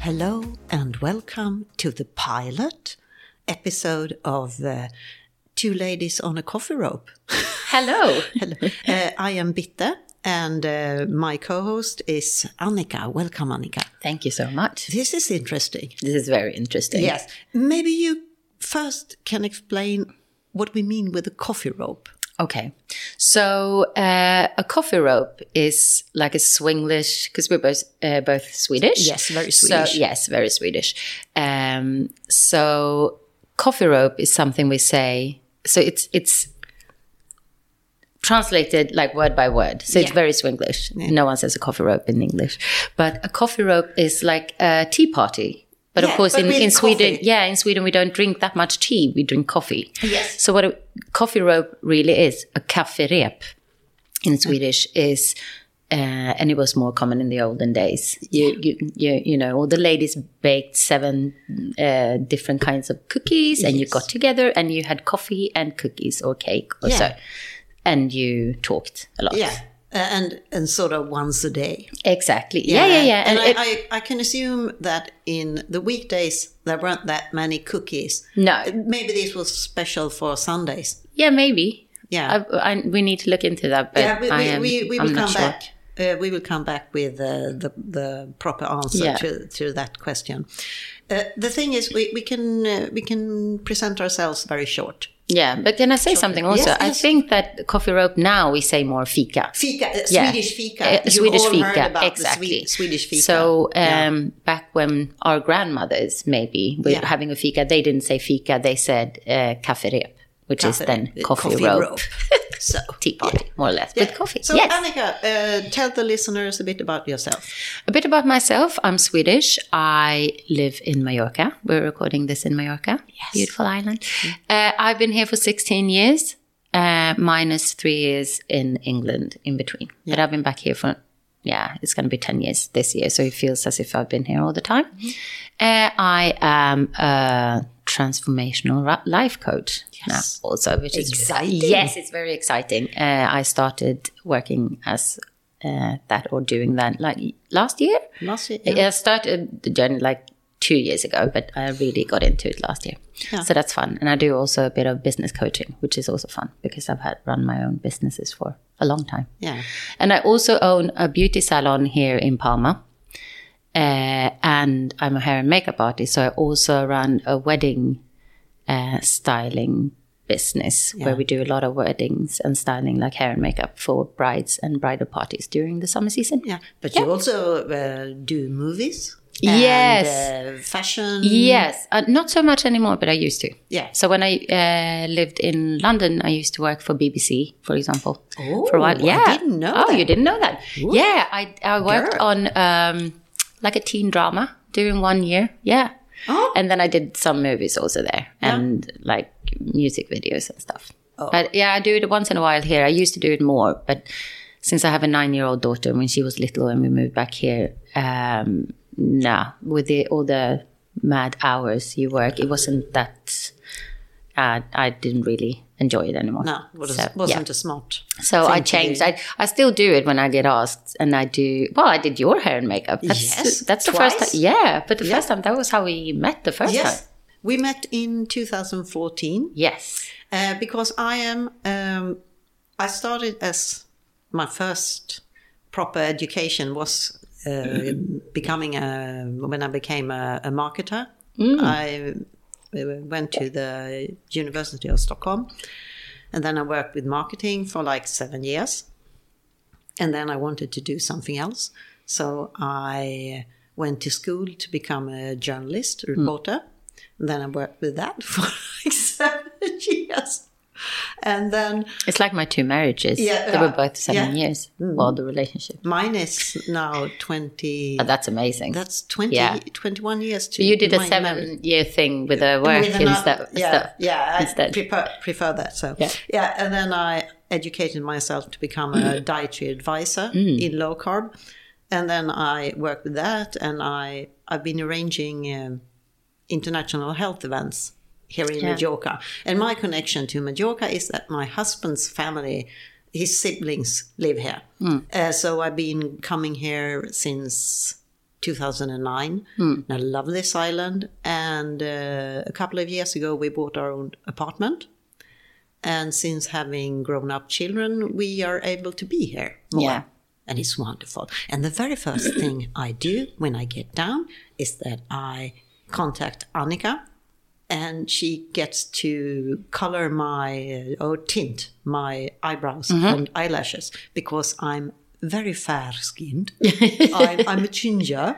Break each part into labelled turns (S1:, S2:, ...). S1: Hello and welcome to the pilot episode of uh, Two Ladies on a Coffee Rope.
S2: Hello.
S1: Hello. Uh, I am Bitte and uh, my co host is Annika. Welcome, Annika.
S2: Thank you so much.
S1: This is interesting.
S2: This is very interesting.
S1: Yes. Maybe you first can explain what we mean with a coffee rope.
S2: Okay. So uh, a coffee rope is like a Swinglish because we're both uh, both Swedish.
S1: Yes, very Swedish.
S2: So yes, very Swedish. Um, so coffee rope is something we say. So it's it's translated like word by word. So it's
S1: Yeah.
S2: very Swinglish. No one says a coffee rope in English, but a coffee rope is like a tea party. But
S1: Yeah,
S2: of course,
S1: but
S2: in,
S1: with
S2: in Sweden,
S1: coffee.
S2: yeah, in Sweden we don't drink that much tea. We drink coffee.
S1: Yes.
S2: So what a coffee rope really is, a kafferep in Swedish is, uh, and it was more common in the olden days. You, you, you, you know, all the ladies baked seven uh, different kinds of cookies, and you got together and you had coffee and cookies or cake or
S1: Yeah.
S2: so, and you talked a lot.
S1: Yeah. Uh, and, and sort of once a day.
S2: exactly. Yeah, yeah, yeah.
S1: And,
S2: And, it-
S1: I, I, I can assume that in the weekdays there weren't that many cookies.
S2: no,
S1: Maybe this was special for Sundays.
S2: yeah, maybe.
S1: Yeah.
S2: I, I, we need to look into that, but
S1: yeah, we,
S2: I
S1: we,
S2: am,
S1: we, we
S2: I'm
S1: will
S2: not
S1: come
S2: sure.
S1: back. Uh, we will come back with uh, the, the proper answer
S2: Yeah.
S1: to, to that question. Uh, the thing is, we, we can uh, we can present ourselves very short.
S2: Yeah, but can I say something also?
S1: Yes,
S2: I
S1: yes.
S2: think that coffee rope now we say more fika.
S1: Fika, uh,
S2: Yeah.
S1: Swedish fika.
S2: Uh,
S1: You
S2: Swedish
S1: all
S2: fika,
S1: heard about
S2: exactly.
S1: The Swe- Swedish fika.
S2: So um,
S1: Yeah.
S2: back when our grandmothers maybe were
S1: Yeah.
S2: having a fika, they didn't say fika, they said uh, kafferep, which is
S1: Kaffe-
S2: then
S1: uh,
S2: coffee,
S1: coffee
S2: rope,
S1: rope. so
S2: tea party, more or less, with coffee.
S1: So
S2: yes.
S1: Annika, uh, tell the listeners a bit about yourself.
S2: A bit about myself. I'm Swedish. I live in Mallorca. We're recording this in Mallorca. Beautiful island. Uh, I've been here for 16 years, uh, minus three years in England in between. But I've been back here for, yeah, it's going to be 10 years this year. So it feels as if I've been here all the time. Uh, I am a transformational ra- life coach
S1: Yes.
S2: now also, which is
S1: Exciting.
S2: Yes, it's very exciting. Uh, I started working as uh, that or doing that like last year.
S1: Last year,
S2: I started the journey like two years ago, but I really got into it last year. So that's fun. And I do also a bit of business coaching, which is also fun because I've had run my own businesses for a long time.
S1: Yeah.
S2: And I also own a beauty salon here in Palma. Uh, and I'm a hair and makeup artist. So I also run a wedding uh, styling business where we do a lot of weddings and styling, like hair and makeup for brides and bridal parties during the summer season.
S1: Yeah, but you also uh, do movies.
S2: Yes.
S1: And, uh, fashion.
S2: Yes, uh, not so much anymore, but I used to.
S1: Yeah.
S2: So when I uh, lived in London, I used to work for BBC, for example, for a while.
S1: Oh, I
S2: Yeah,
S1: didn't know
S2: Oh,
S1: that.
S2: you didn't know that? Yeah, I I worked
S1: Girl.
S2: on um, like a teen drama during one year. Yeah.
S1: Oh.
S2: And then I did some movies also there, and like music videos and stuff.
S1: Oh.
S2: But yeah, I do it once in a while here. I used to do it more, but since I have a nine-year-old daughter, when she was little and we moved back here, um, no, with the, all the mad hours you work, it wasn't that. Uh, I didn't really enjoy it anymore.
S1: No, was,
S2: So, yeah.
S1: wasn't a smart.
S2: So
S1: thing
S2: I
S1: to do.
S2: changed. I, I still do it when I get asked, and I do. Well, I did your hair and makeup. That's,
S1: Yes,
S2: that's the
S1: twice.
S2: first time. Yeah, but the first time that was how we met the first
S1: Yes.
S2: time.
S1: We met in 2014
S2: Yes.
S1: uh, because I am. Um, I started as my first proper education was uh, becoming a when I became a, a marketer. I uh, went to the University of Stockholm, and then I worked with marketing for like seven years. And then I wanted to do something else. So I went to school to become a journalist, a reporter. And then I worked with that for like seven years. And then
S2: It's like my two marriages.
S1: Yeah,
S2: they were
S1: yeah,
S2: both seven
S1: yeah. Hmm.
S2: years. Well, the relationship.
S1: mine is now 20.
S2: But that's amazing.
S1: That's 20,
S2: Yeah.
S1: 21 years to
S2: you did a
S1: my marriage.
S2: seven-year thing with a work
S1: With
S2: and
S1: another-
S2: stuff.
S1: Yeah,
S2: stuff.
S1: yeah, I
S2: instead.
S1: prefer prefer that. So yeah.
S2: Yeah.
S1: and then I educated myself to become a
S2: Mm.
S1: dietary advisor in low carb, and then I worked with that, and I I've been arranging um, international health events here in
S2: Yeah.
S1: Majorca, and my connection to Majorca is that my husband's family. His siblings live here, uh, so I've been coming here since 2009. And I love this island. And uh, a couple of years ago, we bought our own apartment. And since having grown up children, we are able to be here. more.
S2: Yeah.
S1: And it's wonderful. And the very first thing I do when I get down is that I contact Annika and she gets to color my uh, or tint my eyebrows
S2: Mm-hmm.
S1: and eyelashes because I'm very fair skinned. I'm, I'm a ginger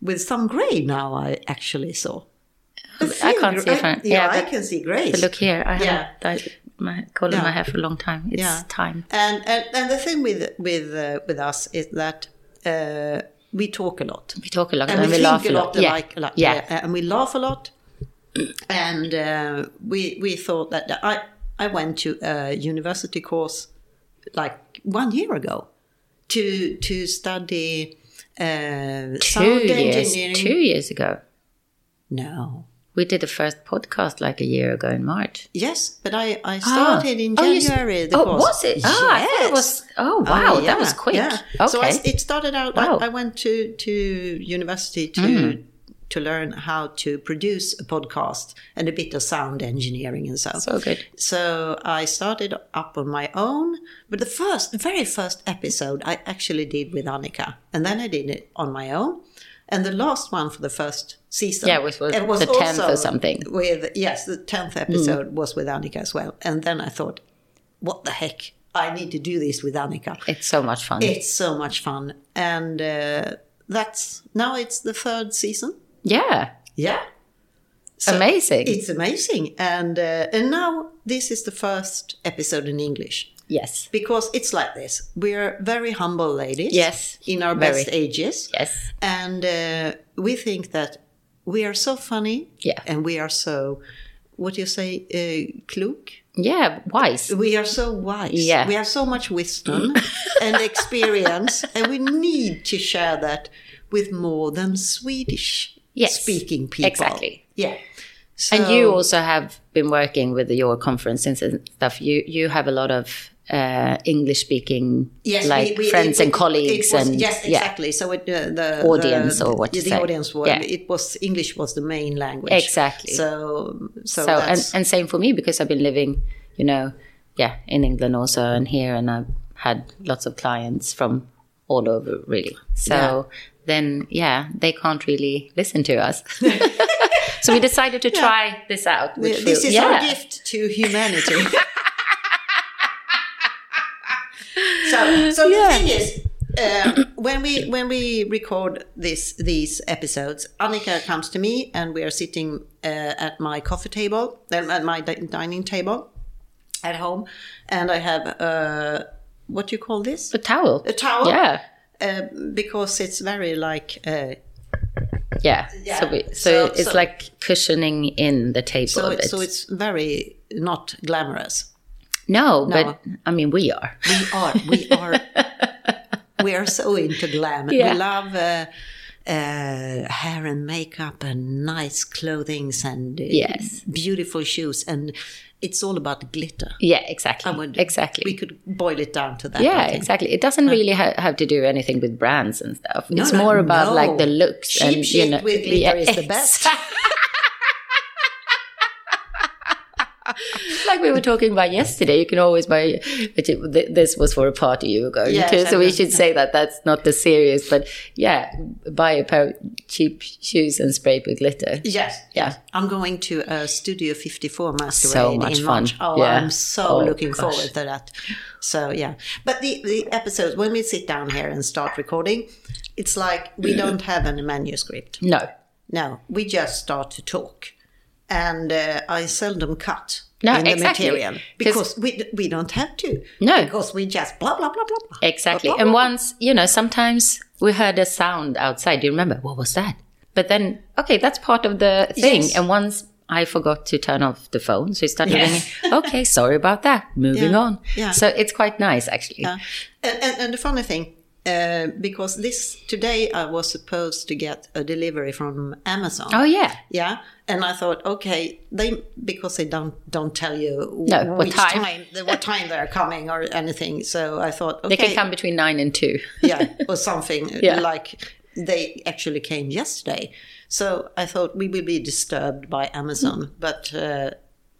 S1: with some gray now. I actually saw.
S2: I can't see
S1: I,
S2: from
S1: yeah,
S2: yeah,
S1: I
S2: but
S1: can see gray.
S2: look here. I
S1: Yeah.
S2: have I, my color
S1: Yeah.
S2: I have for a long time. It's
S1: Yeah.
S2: time.
S1: And, and and the thing with with uh, with us is that uh, we talk a lot.
S2: We talk a lot
S1: and, we,
S2: laugh
S1: think a lot,
S2: Yeah.
S1: alike, alike,
S2: yeah.
S1: yeah, and we laugh a lot. And uh, we we thought that that I I went to a university course like one year ago to to study uh,
S2: Two
S1: sound
S2: years.
S1: engineering.
S2: Two years ago.
S1: No,
S2: We did the first podcast like a year ago in March.
S1: yes, but I I
S2: Ah.
S1: started in
S2: Oh, you s-
S1: January. the
S2: oh,
S1: course.
S2: was it? Ah, I thought it was. Oh,
S1: Oh,
S2: wow, that
S1: yeah,
S2: was quick.
S1: yeah.
S2: Okay.
S1: So I, it started out.
S2: Wow. Mm-hmm.
S1: I, I went to to university to to learn how to produce a podcast and a bit of sound engineering and so.
S2: so good.
S1: So I started up on my own, but the first, the very first episode I actually did with Annika, and then I did it on my own, and the last one for the first season,
S2: Yeah, which was
S1: it
S2: the 10th or
S1: also
S2: something. Mm.
S1: With yes, the tenth episode was with Annika as well, and then I thought, what the heck, I need to do this with Annika.
S2: It's so much fun.
S1: It's so much fun, and uh, that's now it's the third season.
S2: yeah.
S1: Yeah, So-
S2: Amazing.
S1: it's amazing, and uh, and now this is the first episode in English
S2: yes.
S1: because it's like this: we're very humble ladies,
S2: Yes,
S1: in our
S2: very.
S1: best ages,
S2: Yes.
S1: and uh, we think that we are so funny,
S2: Yeah.
S1: and we are so what do you say, uh, klug?
S2: Yeah. Wise.
S1: We are so wise.
S2: Yeah.
S1: We have so much wisdom and experience, and we need to share that with more than Swedish
S2: Yes,
S1: speaking people.
S2: exactly.
S1: Yeah. So,
S2: And you also have been working with your conferences and stuff. You you have a lot of uh, English speaking,
S1: Yes,
S2: like
S1: we- we- it-
S2: friends and
S1: it-
S2: colleagues,
S1: it was-
S2: and
S1: yes,
S2: yeah,
S1: exactly. So it, uh, the
S2: Audience
S1: the,
S2: or what
S1: the,
S2: you say.
S1: audience was
S2: Yeah.
S1: it was English was the main language.
S2: Exactly.
S1: So so,
S2: So and,
S1: that's,
S2: and same for me because I've been living, you know, yeah, in England also and here, and I've had lots of clients from all over really. So
S1: Yeah.
S2: then, yeah, they can't really listen to us. so we decided to try this out. Which
S1: this
S2: we-
S1: is
S2: yeah.
S1: our gift to humanity. so so the thing is. Uh, when we when we record this these episodes, Annika comes to me and we are sitting uh, at my coffee table, um, at my di- dining table at home, and I have uh, what do you call this?
S2: A towel.
S1: a towel
S2: Yeah.
S1: uh, because it's very like uh,
S2: Yeah.
S1: Yeah.
S2: So, we, so,
S1: So-
S2: it's
S1: so-
S2: like cushioning in the table
S1: so
S2: a bit.
S1: it's, so it's very not glamorous
S2: no, but I mean, we are.
S1: we are we are we are so into glam
S2: Yeah.
S1: we love uh, uh, hair and makeup and nice clothings and uh,
S2: Yes.
S1: beautiful shoes and it's all about glitter
S2: Yeah, exactly.
S1: would-
S2: exactly.
S1: we could boil it down to that I
S2: yeah,
S1: think.
S2: exactly. It doesn't really ha- have to do anything with brands and stuff. it's
S1: no,
S2: more about
S1: no.
S2: like the looks
S1: Cheap
S2: and you
S1: shit
S2: know,
S1: with glitter is the best.
S2: like we were talking about yesterday, you can always buy. but it- th- This was for a party you were going
S1: Yeah,
S2: to, so we
S1: exactly.
S2: should say that that's not the serious, but yeah, buy a pair of cheap shoes and spray it with glitter.
S1: Yes.
S2: Yeah.
S1: I'm going to uh, Studio 54 masquerade
S2: So much
S1: in
S2: fun.
S1: March. Oh,
S2: Yeah.
S1: I'm so
S2: Oh,
S1: looking
S2: gosh.
S1: forward to that. So, yeah. But the, the episodes, when we sit down here and start recording, it's like we don't have any manuscript.
S2: No,
S1: No, we just start to talk. And uh, I seldom cut
S2: No,
S1: in the
S2: exactly.
S1: material
S2: 'Cause-
S1: because we, we don't have to.
S2: No.
S1: Because we just blah, blah, blah, blah, blah.
S2: Exactly.
S1: Blah, blah,
S2: And
S1: blah.
S2: once, you know, sometimes we heard a sound outside. Do you remember? What was that? But then, okay, that's part of the thing.
S1: Yes.
S2: And once I forgot to turn off the phone, so it started
S1: Yes.
S2: ringing. Okay, sorry about that. Moving
S1: Yeah.
S2: on.
S1: Yeah.
S2: So it's quite nice, actually.
S1: Yeah. And, and, and the funny thing, uh, because this today I was supposed to get a delivery from Amazon.
S2: Oh, yeah.
S1: Yeah, and I thought, okay, they because they don't don't tell you
S2: No, what
S1: which
S2: time.
S1: what time they're coming or anything. So I thought, okay,
S2: They can come between nine and two.
S1: yeah, or something
S2: Yeah.
S1: like they actually came yesterday. So I thought we will be disturbed by Amazon, but. Uh,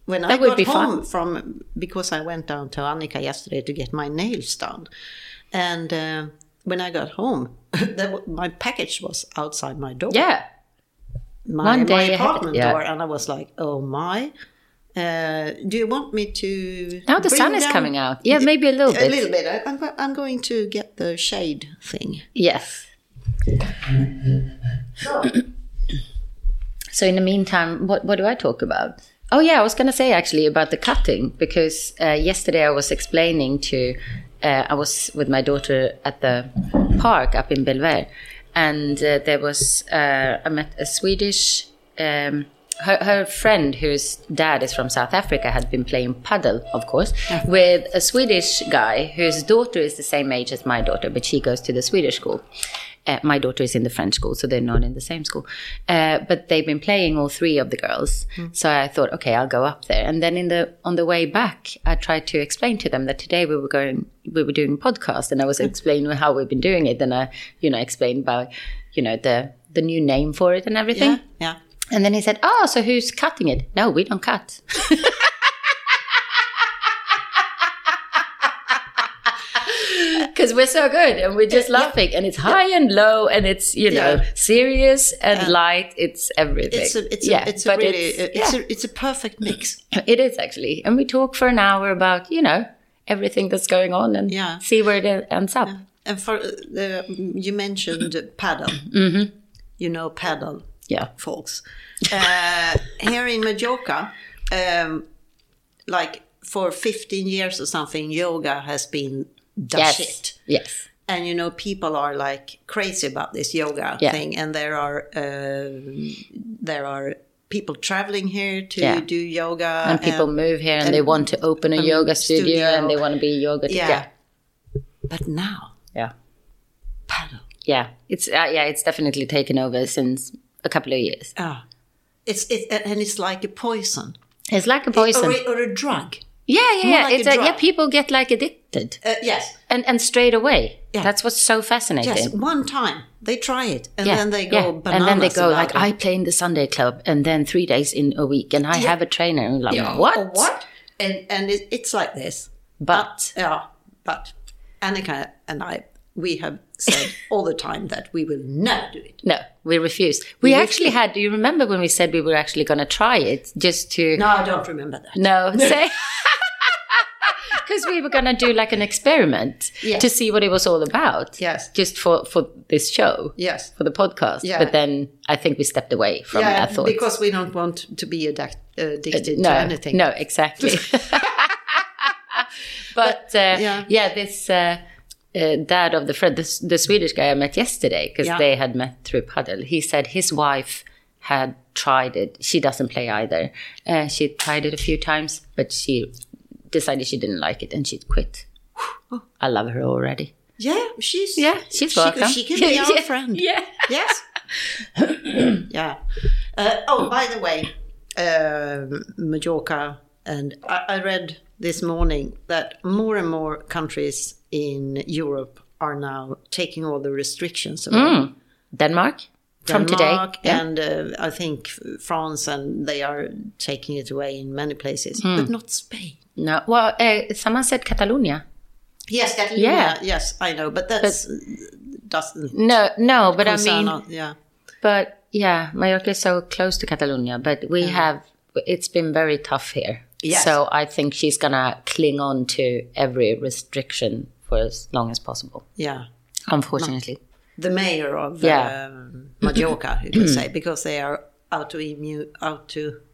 S1: when I
S2: Mm. That would
S1: got
S2: be
S1: home from because I went down to Annika yesterday to get my nails done, and uh, when I got home, there wa- my package was outside my door,
S2: Yeah.
S1: my,
S2: one
S1: my
S2: day I had-
S1: apartment
S2: yeah.
S1: door, and I was like, "Oh my! Uh, do you want me to?"
S2: Now the
S1: bring
S2: sun is
S1: down-
S2: coming out. Yeah, maybe a little
S1: A
S2: bit.
S1: little bit. I, I'm, go- I'm going to get the shade thing.
S2: Yes. So in the meantime, what, what do I talk about? Oh yeah, I was going to say actually about the cutting because uh, yesterday I was explaining to uh, I was with my daughter at the park up in Belver, and uh, there was uh, I met a Swedish um, her, her friend whose dad is from South Africa had been playing paddle, of course, with a Swedish guy whose daughter is the same age as my daughter, but she goes to the Swedish school. Uh, my daughter is in the French school, so they're not in the same school. Uh, but they've been playing all three of the girls. So I thought, okay, I'll go up there. And then in the on the way back, I tried to explain to them that today we were going, we were doing podcast, and I was explaining how we've been doing it. Then I, you know, explained about, you know, the the new name for it and everything.
S1: Yeah, yeah.
S2: And then he said, Oh, so who's cutting it? No, we don't cut. Because we're so good and we're just laughing and it's high and low and it's, you know,
S1: Yeah.
S2: serious and light. It's everything.
S1: It's a, it's
S2: Yeah,
S1: a, it's a
S2: but
S1: really,
S2: it's-
S1: it's,
S2: yeah.
S1: a, it's a perfect mix.
S2: It is actually. And we talk for an hour about, you know, everything that's going on and
S1: Yeah.
S2: see where it ends up.
S1: And for uh, the, you mentioned paddle.
S2: Mm-hmm.
S1: You know paddle,
S2: Yeah.
S1: folks. Uh, here in Majorca, um, like for 15 years or something, yoga has been the
S2: Yes.
S1: Oh, shit.
S2: Yes.
S1: and you know people are like crazy about this yoga
S2: Yeah.
S1: thing and there are uh, there are people traveling here to
S2: Yeah.
S1: do yoga
S2: And people move here and, they want to open a yoga studio,
S1: studio.
S2: and they want to be yoga.
S1: yeah.
S2: yeah.
S1: but now
S2: yeah.
S1: paddle
S2: Yeah, it's uh, yeah, it's definitely taken over since a couple of years.
S1: ah, it's it and it's like a poison
S2: It's like a poison.
S1: or a, or a drug
S2: yeah, yeah, yeah.
S1: like a
S2: it's like,
S1: drug.
S2: yeah, people get like addicted
S1: uh, yes
S2: and and straight away.
S1: Yeah.
S2: That's what's so fascinating.
S1: yes one time they try it and
S2: Yeah,
S1: then they
S2: yeah.
S1: go bananas
S2: and then they go like,
S1: about
S2: I
S1: it.
S2: play in the Sunday club, and then three days in a week, and I have a trainer. And like, what?
S1: Oh, what and and it, it's like this
S2: But
S1: Yeah, but Annika and I, we have said all the time that we will never do it.
S2: no, we refused. We, actually had. Do you remember when we said we were actually going to try it just to
S1: No, I don't remember that.
S2: No, say. Because we were gonna do like an experiment
S1: Yeah.
S2: to see what it was all about.
S1: Yes.
S2: Just for for this show.
S1: Yes.
S2: For the podcast.
S1: Yeah.
S2: But then I think we stepped away from
S1: Yeah,
S2: that thought.
S1: because we don't want to be addic- uh, addicted
S2: Uh, no,
S1: to anything.
S2: no, exactly. but uh, yeah.
S1: yeah.
S2: this uh, uh, dad of the friend, the, the Swedish guy I met yesterday, because
S1: Yeah.
S2: they had met through Puddle, he said his wife had tried it. She doesn't play either. Uh, she tried it a few times, but she decided she didn't like it and she quit. I love her already.
S1: Yeah, she's
S2: Yeah, she's
S1: she,
S2: welcome.
S1: She can be our
S2: Yeah,
S1: friend.
S2: Yeah.
S1: Yes. yeah. Uh, oh, by the way, um Mallorca, and I, I read this morning that more and more countries in Europe are now taking all the restrictions away.
S2: Denmark? Mm, From today.
S1: Denmark and uh, I think France, and they are taking it away in many places,
S2: Hmm.
S1: but not Spain.
S2: No. Well, uh, someone said Catalonia.
S1: Yes, Catalonia.
S2: Yeah.
S1: Yes, I know, but that's doesn't.
S2: No, no, but I
S1: concern
S2: mean,
S1: us, yeah,
S2: But yeah, Mallorca is so close to Catalonia, but we have, it's been very tough here.
S1: Yes.
S2: So I think she's going to cling on to every restriction for as long as possible,
S1: yeah.
S2: unfortunately.
S1: The mayor of
S2: Yeah.
S1: um, Majorca, you could say, because they are autoimmune,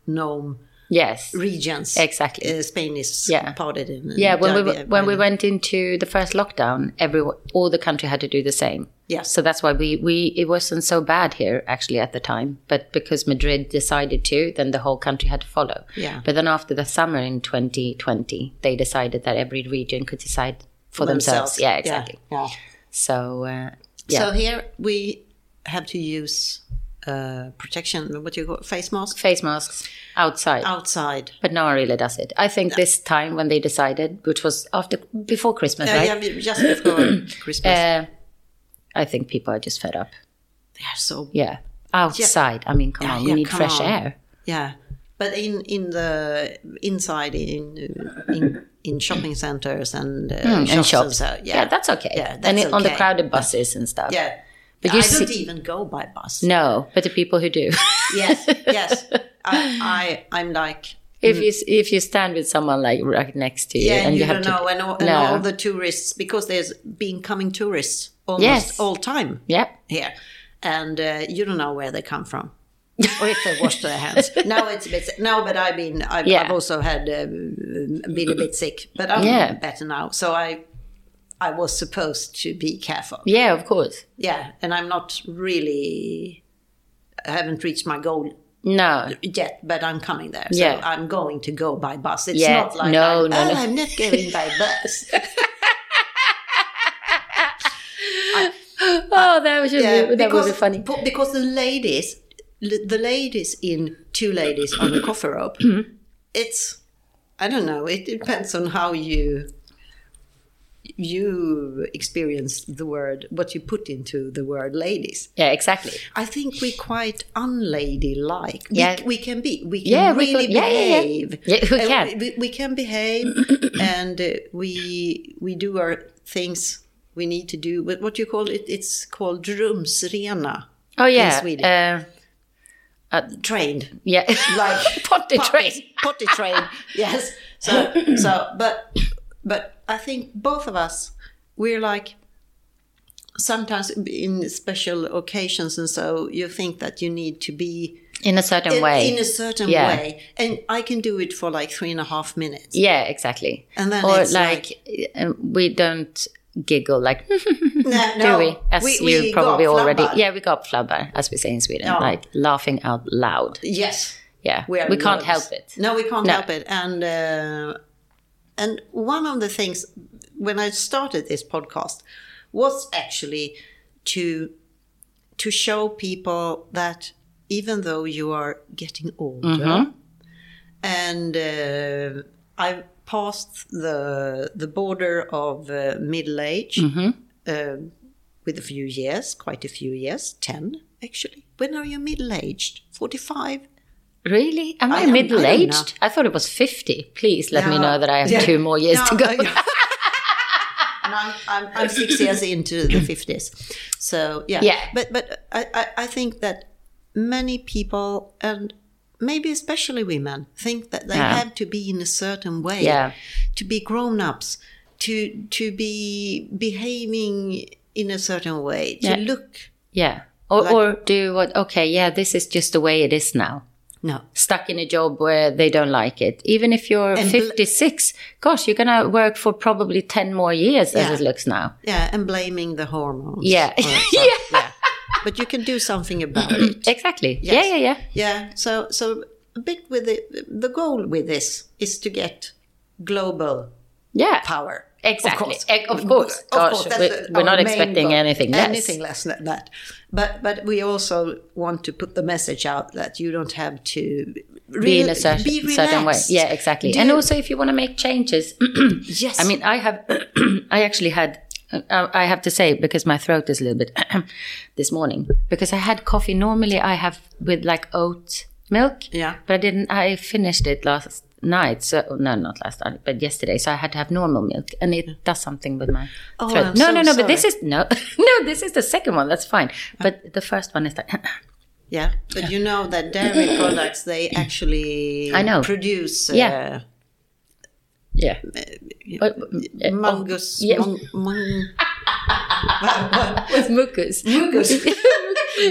S1: autonome
S2: Yes.
S1: regions.
S2: Exactly.
S1: Uh, Spain is
S2: Yeah.
S1: parted in.
S2: Yeah, when we
S1: Derby-
S2: when we went into the first lockdown, every all the country had to do the same.
S1: Yeah.
S2: So that's why we we it wasn't so bad here actually at the time, but because Madrid decided to, then the whole country had to follow.
S1: Yeah.
S2: But then after the summer in 2020, they decided that every region could decide for themselves. Yeah, exactly.
S1: Yeah.
S2: So uh, yeah.
S1: So here we have to use uh, protection, what do you call it, face mask
S2: face masks outside.
S1: Oh. outside.
S2: But no one really does it. I think this time when they decided, which was after before Christmas,
S1: Yeah,
S2: right?
S1: yeah, just before Christmas.
S2: Uh, I think people are just fed up.
S1: They are so
S2: Yeah. Outside. I mean, come
S1: Yeah,
S2: on. We
S1: yeah,
S2: need
S1: come
S2: fresh
S1: on.
S2: air.
S1: Yeah, but in in the inside in in, in shopping centers and uh, shops
S2: Hmm, and shops.
S1: so,
S2: yeah.
S1: yeah,
S2: that's okay.
S1: Yeah,
S2: and
S1: that's
S2: it- on the
S1: okay.
S2: crowded buses and stuff.
S1: yeah.
S2: But
S1: I
S2: you
S1: don't
S2: see-
S1: even go by bus.
S2: No, but the people who do.
S1: Yes, yes. I, I I'm like
S2: if you if you stand with someone like right next to you
S1: Mm. yeah,
S2: and you, have
S1: don't
S2: to
S1: know, and, all, and
S2: No.
S1: all the tourists because there's been coming tourists almost
S2: Yes.
S1: all time
S2: yeah
S1: here, and uh, you don't know where they come from. or if they wash their hands. Now it's a bit no, but I've been I've,
S2: Yeah.
S1: I've also had uh, been a bit sick, but I'm
S2: Yeah.
S1: better now. So I I was supposed to be careful.
S2: yeah of course
S1: Yeah, and I'm not really I haven't reached my goal
S2: no
S1: yet, but I'm coming there. So
S2: Yeah.
S1: I'm going to go by bus. It's
S2: Yeah.
S1: not like
S2: No,
S1: I'm,
S2: no,
S1: "Oh,
S2: no."
S1: I'm not going by bus.
S2: oh that was just, that would be funny
S1: po- Because the ladies, l- the ladies in two ladies on the coffee rope,
S2: Mm-hmm.
S1: it's I don't know. It depends on how you you experience the word, what you put into the word ladies.
S2: yeah exactly
S1: I think we're quite unladylike.
S2: Yeah.
S1: We, we can be. We can
S2: Yeah, we
S1: really
S2: could- yeah, yeah, yeah.
S1: behave.
S2: Yeah, we
S1: And
S2: can.
S1: We, we can behave, and uh, we we do our things we need to do. But what you call it? It's called rumsrena.
S2: oh yeah
S1: In Sweden.
S2: uh,
S1: Trained
S2: yeah
S1: like
S2: potty
S1: pot-
S2: train
S1: Potty trained. Yes. So so but but I think both of us we're like. Sometimes in special occasions, and so you think that you need to be
S2: in a certain
S1: in,
S2: way
S1: in a certain
S2: Yeah.
S1: way and i can do it for like three and a half minutes
S2: yeah exactly
S1: And then
S2: or
S1: it's
S2: like, uh, we don't giggle like hmm,
S1: no,
S2: do
S1: no,
S2: we as
S1: got
S2: you probably already
S1: flabber.
S2: yeah we got flubber as we say in Sweden
S1: No.
S2: like laughing out loud
S1: yes
S2: yeah
S1: we, are
S2: can't
S1: nervous.
S2: help it
S1: no we can't
S2: No.
S1: help it and uh, and one of the things when i started this podcast was actually to to show people that even though you are getting older
S2: Mm-hmm.
S1: and uh, i passed the the border of uh, middle age
S2: Mm-hmm.
S1: um, with a few years quite a few years 10 actually when are you middle aged 45
S2: Really? Am
S1: I
S2: I,
S1: am-
S2: middle
S1: I don't
S2: aged? I, thought it was 50. Please let me
S1: No.
S2: know that I have
S1: Yeah.
S2: two more years
S1: No,
S2: to go.
S1: I- and I'm, I'm, I'm six years into the 50s. So, yeah.
S2: Yeah.
S1: But, but I, I, I think that many people, and maybe especially women, think that they
S2: Yeah.
S1: have to be in a certain way
S2: Yeah.
S1: to be grown ups, to, to be behaving in a certain way, to
S2: Yeah.
S1: look.
S2: Yeah. Or, or do what? Okay, yeah, this is just the way it is now.
S1: No.
S2: Stuck in a job where they don't like it. Even if you're
S1: And bl-
S2: 56, gosh, you're going to work for probably 10 more years
S1: Yeah.
S2: as it looks now.
S1: Yeah, and blaming the hormones.
S2: Yeah.
S1: or something.
S2: yeah.
S1: But you can do something about it.
S2: Exactly.
S1: Yes.
S2: Yeah, yeah, yeah.
S1: Yeah. So so a bit with the the goal with this is to get global
S2: Yeah.
S1: power.
S2: Exactly.
S1: Of course.
S2: Eh, Of course.
S1: Of
S2: Gosh,
S1: course, that's
S2: we-
S1: the-
S2: we're
S1: our
S2: not
S1: main
S2: expecting
S1: goal.
S2: anything less.
S1: Anything less than that. But but we also want to put the message out that you don't have to
S2: Be
S1: re-
S2: in a certain,
S1: be
S2: certain way.
S1: relaxed.
S2: Yeah, exactly.
S1: Do-
S2: and also, if you want to make changes,
S1: Yes.
S2: I mean, I have, I actually had, uh, I have to say because my throat is a little bit this morning because I had coffee. Normally, I have with like oat milk.
S1: Yeah.
S2: But I didn't. I finished it last night. So no, not last night, but yesterday. So I had to have normal milk, and it does something with my
S1: Oh,
S2: throat.
S1: I'm
S2: no,
S1: so
S2: no, no. But this
S1: sorry. Uh.
S2: is no, no. This is the second one. That's fine. But the first one is like.
S1: yeah. But you know that dairy products they actually
S2: Mm. I know.
S1: produce uh,
S2: Yeah. yeah. But- uh,
S1: Mongoose,
S2: yeah.
S1: mon- mon-
S2: With mucus.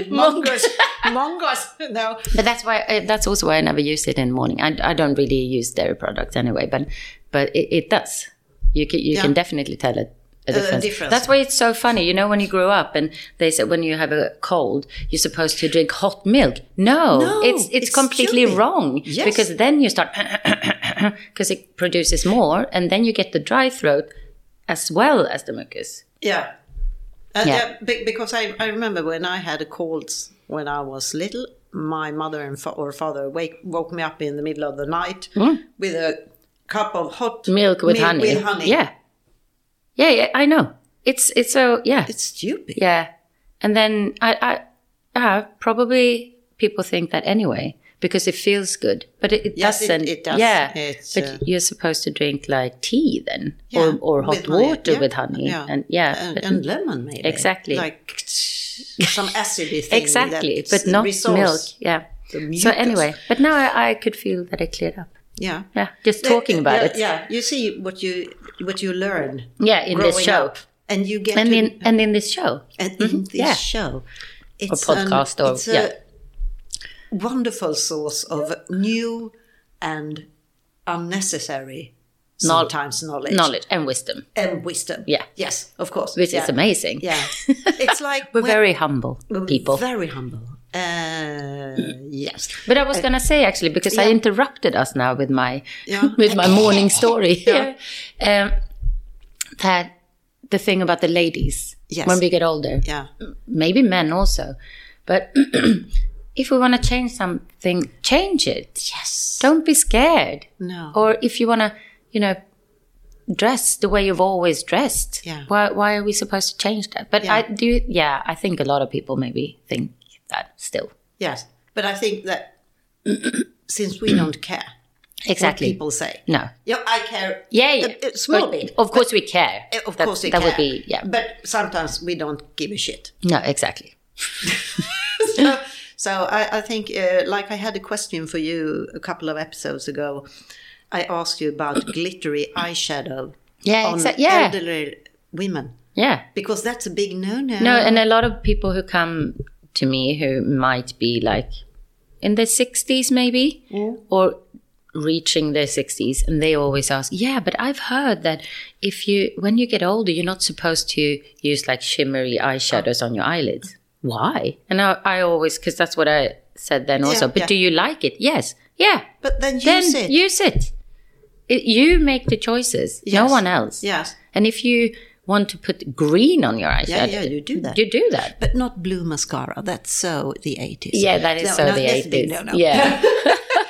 S1: mongoose, mongoose. No,
S2: But that's why uh, that's also why I never use it in the morning. I, I don't really use dairy products anyway, but but it, it does. You can you can
S1: Yeah.
S2: definitely tell it. A difference.
S1: difference.
S2: That's why it's so funny. You know, when you grow up and they said when you have a cold, you're supposed to drink hot milk. No,
S1: No,
S2: it's, it's
S1: it's
S2: completely
S1: stupid.
S2: wrong
S1: Yes.
S2: because then you start because it produces more, and then you get the dry throat as well as the mucus.
S1: Yeah. Uh,
S2: Yeah.
S1: yeah, be- because I, I remember when I had a cold when I was little, my mother and fa- or father wake, woke me up in the middle of the night with a cup of hot
S2: Mm. Milk with honey.
S1: with honey.
S2: Yeah, yeah, yeah. I know. It's it's so yeah.
S1: It's stupid.
S2: Yeah. And then I, I Uh, probably people think that anyway because it feels good, but it, it
S1: Yes, it-
S2: doesn't.
S1: it does.
S2: Yeah,
S1: It's,
S2: but
S1: uh,
S2: you're supposed to drink like tea then,
S1: Yeah,
S2: or, or
S1: with
S2: hot
S1: honey,
S2: water
S1: yeah,
S2: with honey, and yeah,
S1: and,
S2: but-
S1: and lemon maybe
S2: Exactly.
S1: like some acidy thing
S2: exactly,
S1: that's
S2: but not
S1: resource
S2: milk. Yeah.
S1: the
S2: So
S1: mucus.
S2: anyway, but now I, I could feel that it cleared up.
S1: Yeah.
S2: Yeah, just talking about
S1: Uh, yeah,
S2: it. Yeah,
S1: Yeah, you see what you what you learn
S2: in
S1: growing
S2: this show,
S1: up, and you get
S2: and
S1: to,
S2: in and in this show,
S1: and in this
S2: Mm-hmm. yeah.
S1: show, it's
S2: podcast
S1: an,
S2: or-
S1: it's
S2: yeah.
S1: a wonderful source of new and unnecessary
S2: Knowl-
S1: sometimes knowledge,
S2: knowledge and wisdom,
S1: and wisdom.
S2: Yeah.
S1: yes, of course,
S2: which
S1: yeah.
S2: is amazing.
S1: Yeah, it's like
S2: We're
S1: when-
S2: very humble people.
S1: very humble. Uh, yes,
S2: But I was going to say actually because I
S1: Uh, Yeah.
S2: interrupted us now with my
S1: Yeah.
S2: with my morning story um, that the thing about the ladies
S1: Yes.
S2: when we get older,
S1: yeah,
S2: maybe men also, but if we want to change something, change it.
S1: yes,
S2: Don't be scared.
S1: no,
S2: Or if you want to, you know, dress the way you've always dressed.
S1: Yeah.
S2: Why why are we supposed to change that? But I do yeah, I think a lot of people maybe think that still.
S1: yes. But I think that since we don't care
S2: Exactly.
S1: what people say,
S2: no.
S1: yeah, I care.
S2: Yeah, yeah.
S1: a, a small
S2: But
S1: bit.
S2: Of course, we care.
S1: Uh, Of
S2: That-
S1: course, we
S2: that
S1: care.
S2: would be yeah.
S1: But sometimes we don't give a shit.
S2: No, exactly.
S1: so,
S2: Mm-hmm.
S1: so I, I think, uh, like I had a question for you a couple of episodes ago. I asked you about glittery eyeshadow
S2: Yeah,
S1: on
S2: exactly. Yeah,
S1: elderly women
S2: yeah.
S1: because that's a big no-no.
S2: No, and a lot of people who come to me who might be like in their sixties, maybe, or reaching their sixties, and they always ask, "Yeah, but I've heard that if you when you get older, you're not supposed to use like shimmery eyeshadows on your eyelids. Why?" And I, I always because that's what I said then also. but
S1: yeah.
S2: do you like it? Yes. Yeah.
S1: but then use
S2: then
S1: it.
S2: use it. It- You make the choices, no
S1: Yes.
S2: one else.
S1: yes,
S2: And if you want to put green on your eyeshadow,
S1: yeah, yeah, you do that.
S2: you do that.
S1: but not blue mascara. That's so the 80s.
S2: Yeah, that is
S1: No,
S2: so
S1: no,
S2: the
S1: that's a big
S2: eighties.
S1: no-no.
S2: Yeah,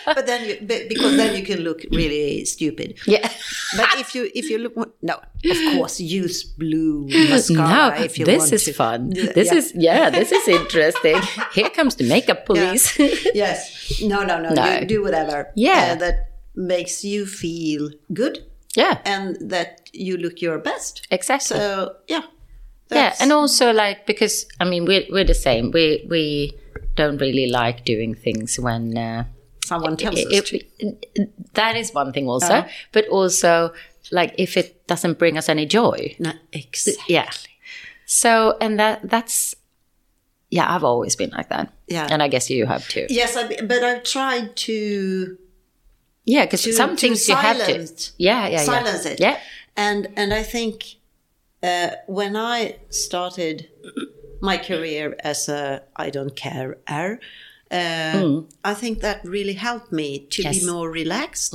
S1: But then, you, but, because then you can look really stupid.
S2: yeah.
S1: But if you if you look no, of course use blue mascara
S2: now
S1: if you
S2: this
S1: want
S2: is
S1: to.
S2: fun. This
S1: yeah.
S2: is yeah. This is interesting. Here comes the makeup police.
S1: yes. No, no, no.
S2: No.
S1: You do whatever.
S2: Yeah.
S1: uh, that makes you feel good
S2: yeah,
S1: and that you look your best.
S2: exactly.
S1: So yeah.
S2: yeah,
S1: That's-
S2: and also like because I mean we're we're the same. We we don't really like doing things when. Uh,
S1: someone tells us
S2: It-
S1: to.
S2: it- that is one thing also but also like if it doesn't bring us any joy
S1: No, exactly.
S2: yeah so and that that's yeah i've always been like that
S1: Yeah.
S2: and i guess you have too
S1: Yes, I, but I've tried to
S2: yeah because
S1: To-
S2: some
S1: to
S2: things you have to
S1: silence-
S2: yeah yeah yeah
S1: silence it.
S2: yeah
S1: and and I think uh, when I started my career as a I don't care er, uh, I think that really helped me to
S2: Mm. Yes. Mm.
S1: be more relaxed,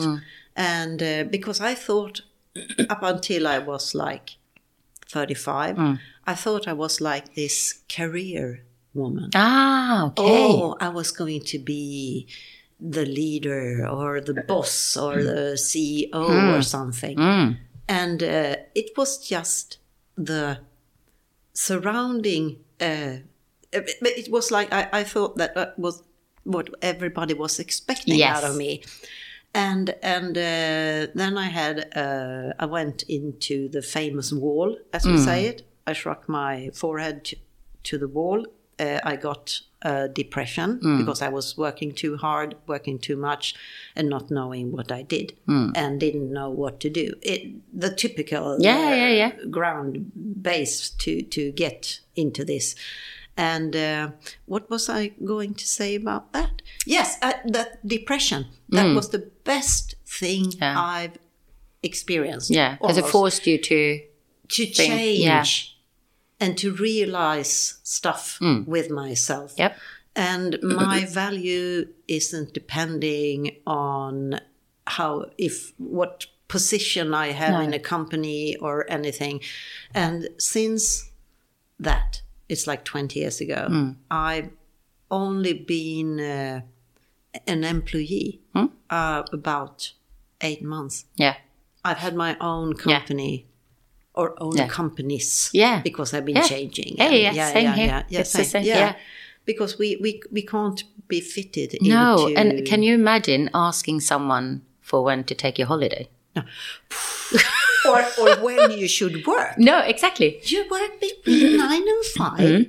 S1: and uh, because I thought up until I was like thirty five,
S2: Mm.
S1: I thought I was like this career woman.
S2: ah okay
S1: Oh, I was going to be the leader or the boss or the CEO or something. And uh, it was just the surrounding. Uh, it it was like I, I thought that that was what everybody was expecting
S2: Yes.
S1: out of me. And and uh, then I had uh, I went into the famous wall, as
S2: Mm.
S1: we say it. I struck my forehead t- to the wall. Uh, I got uh, depression
S2: Mm.
S1: because I was working too hard, working too much, and not knowing what I did,
S2: Mm.
S1: and didn't know what to do. It, the typical uh,
S2: Yeah, yeah, yeah.
S1: ground base to to get into this. And uh, what was I going to say about that? Yes, uh, that depression. That was the best thing
S2: Mm. Yeah.
S1: I've experienced.
S2: yeah because it
S1: almost.
S2: forced you to
S1: to change
S2: yeah.
S1: and to realize stuff with myself.
S2: Mm. yep
S1: And my value isn't depending on how, if, what position I have in a company or anything. And since that, it's like 20 years ago,
S2: Mm.
S1: I've only been uh, an employee
S2: Hmm?
S1: uh, about eight months.
S2: yeah
S1: I've had my own company or own companies.
S2: Yeah.
S1: Because I've been
S2: Yeah.
S1: changing.
S2: Yeah,
S1: and-
S2: yeah, same here. It's the same, yeah.
S1: because we, we, we can't be fitted
S2: No,
S1: into.
S2: and can you imagine asking someone for when to take your holiday?
S1: or, or when you should work.
S2: No, exactly.
S1: You work between nine and 5 You're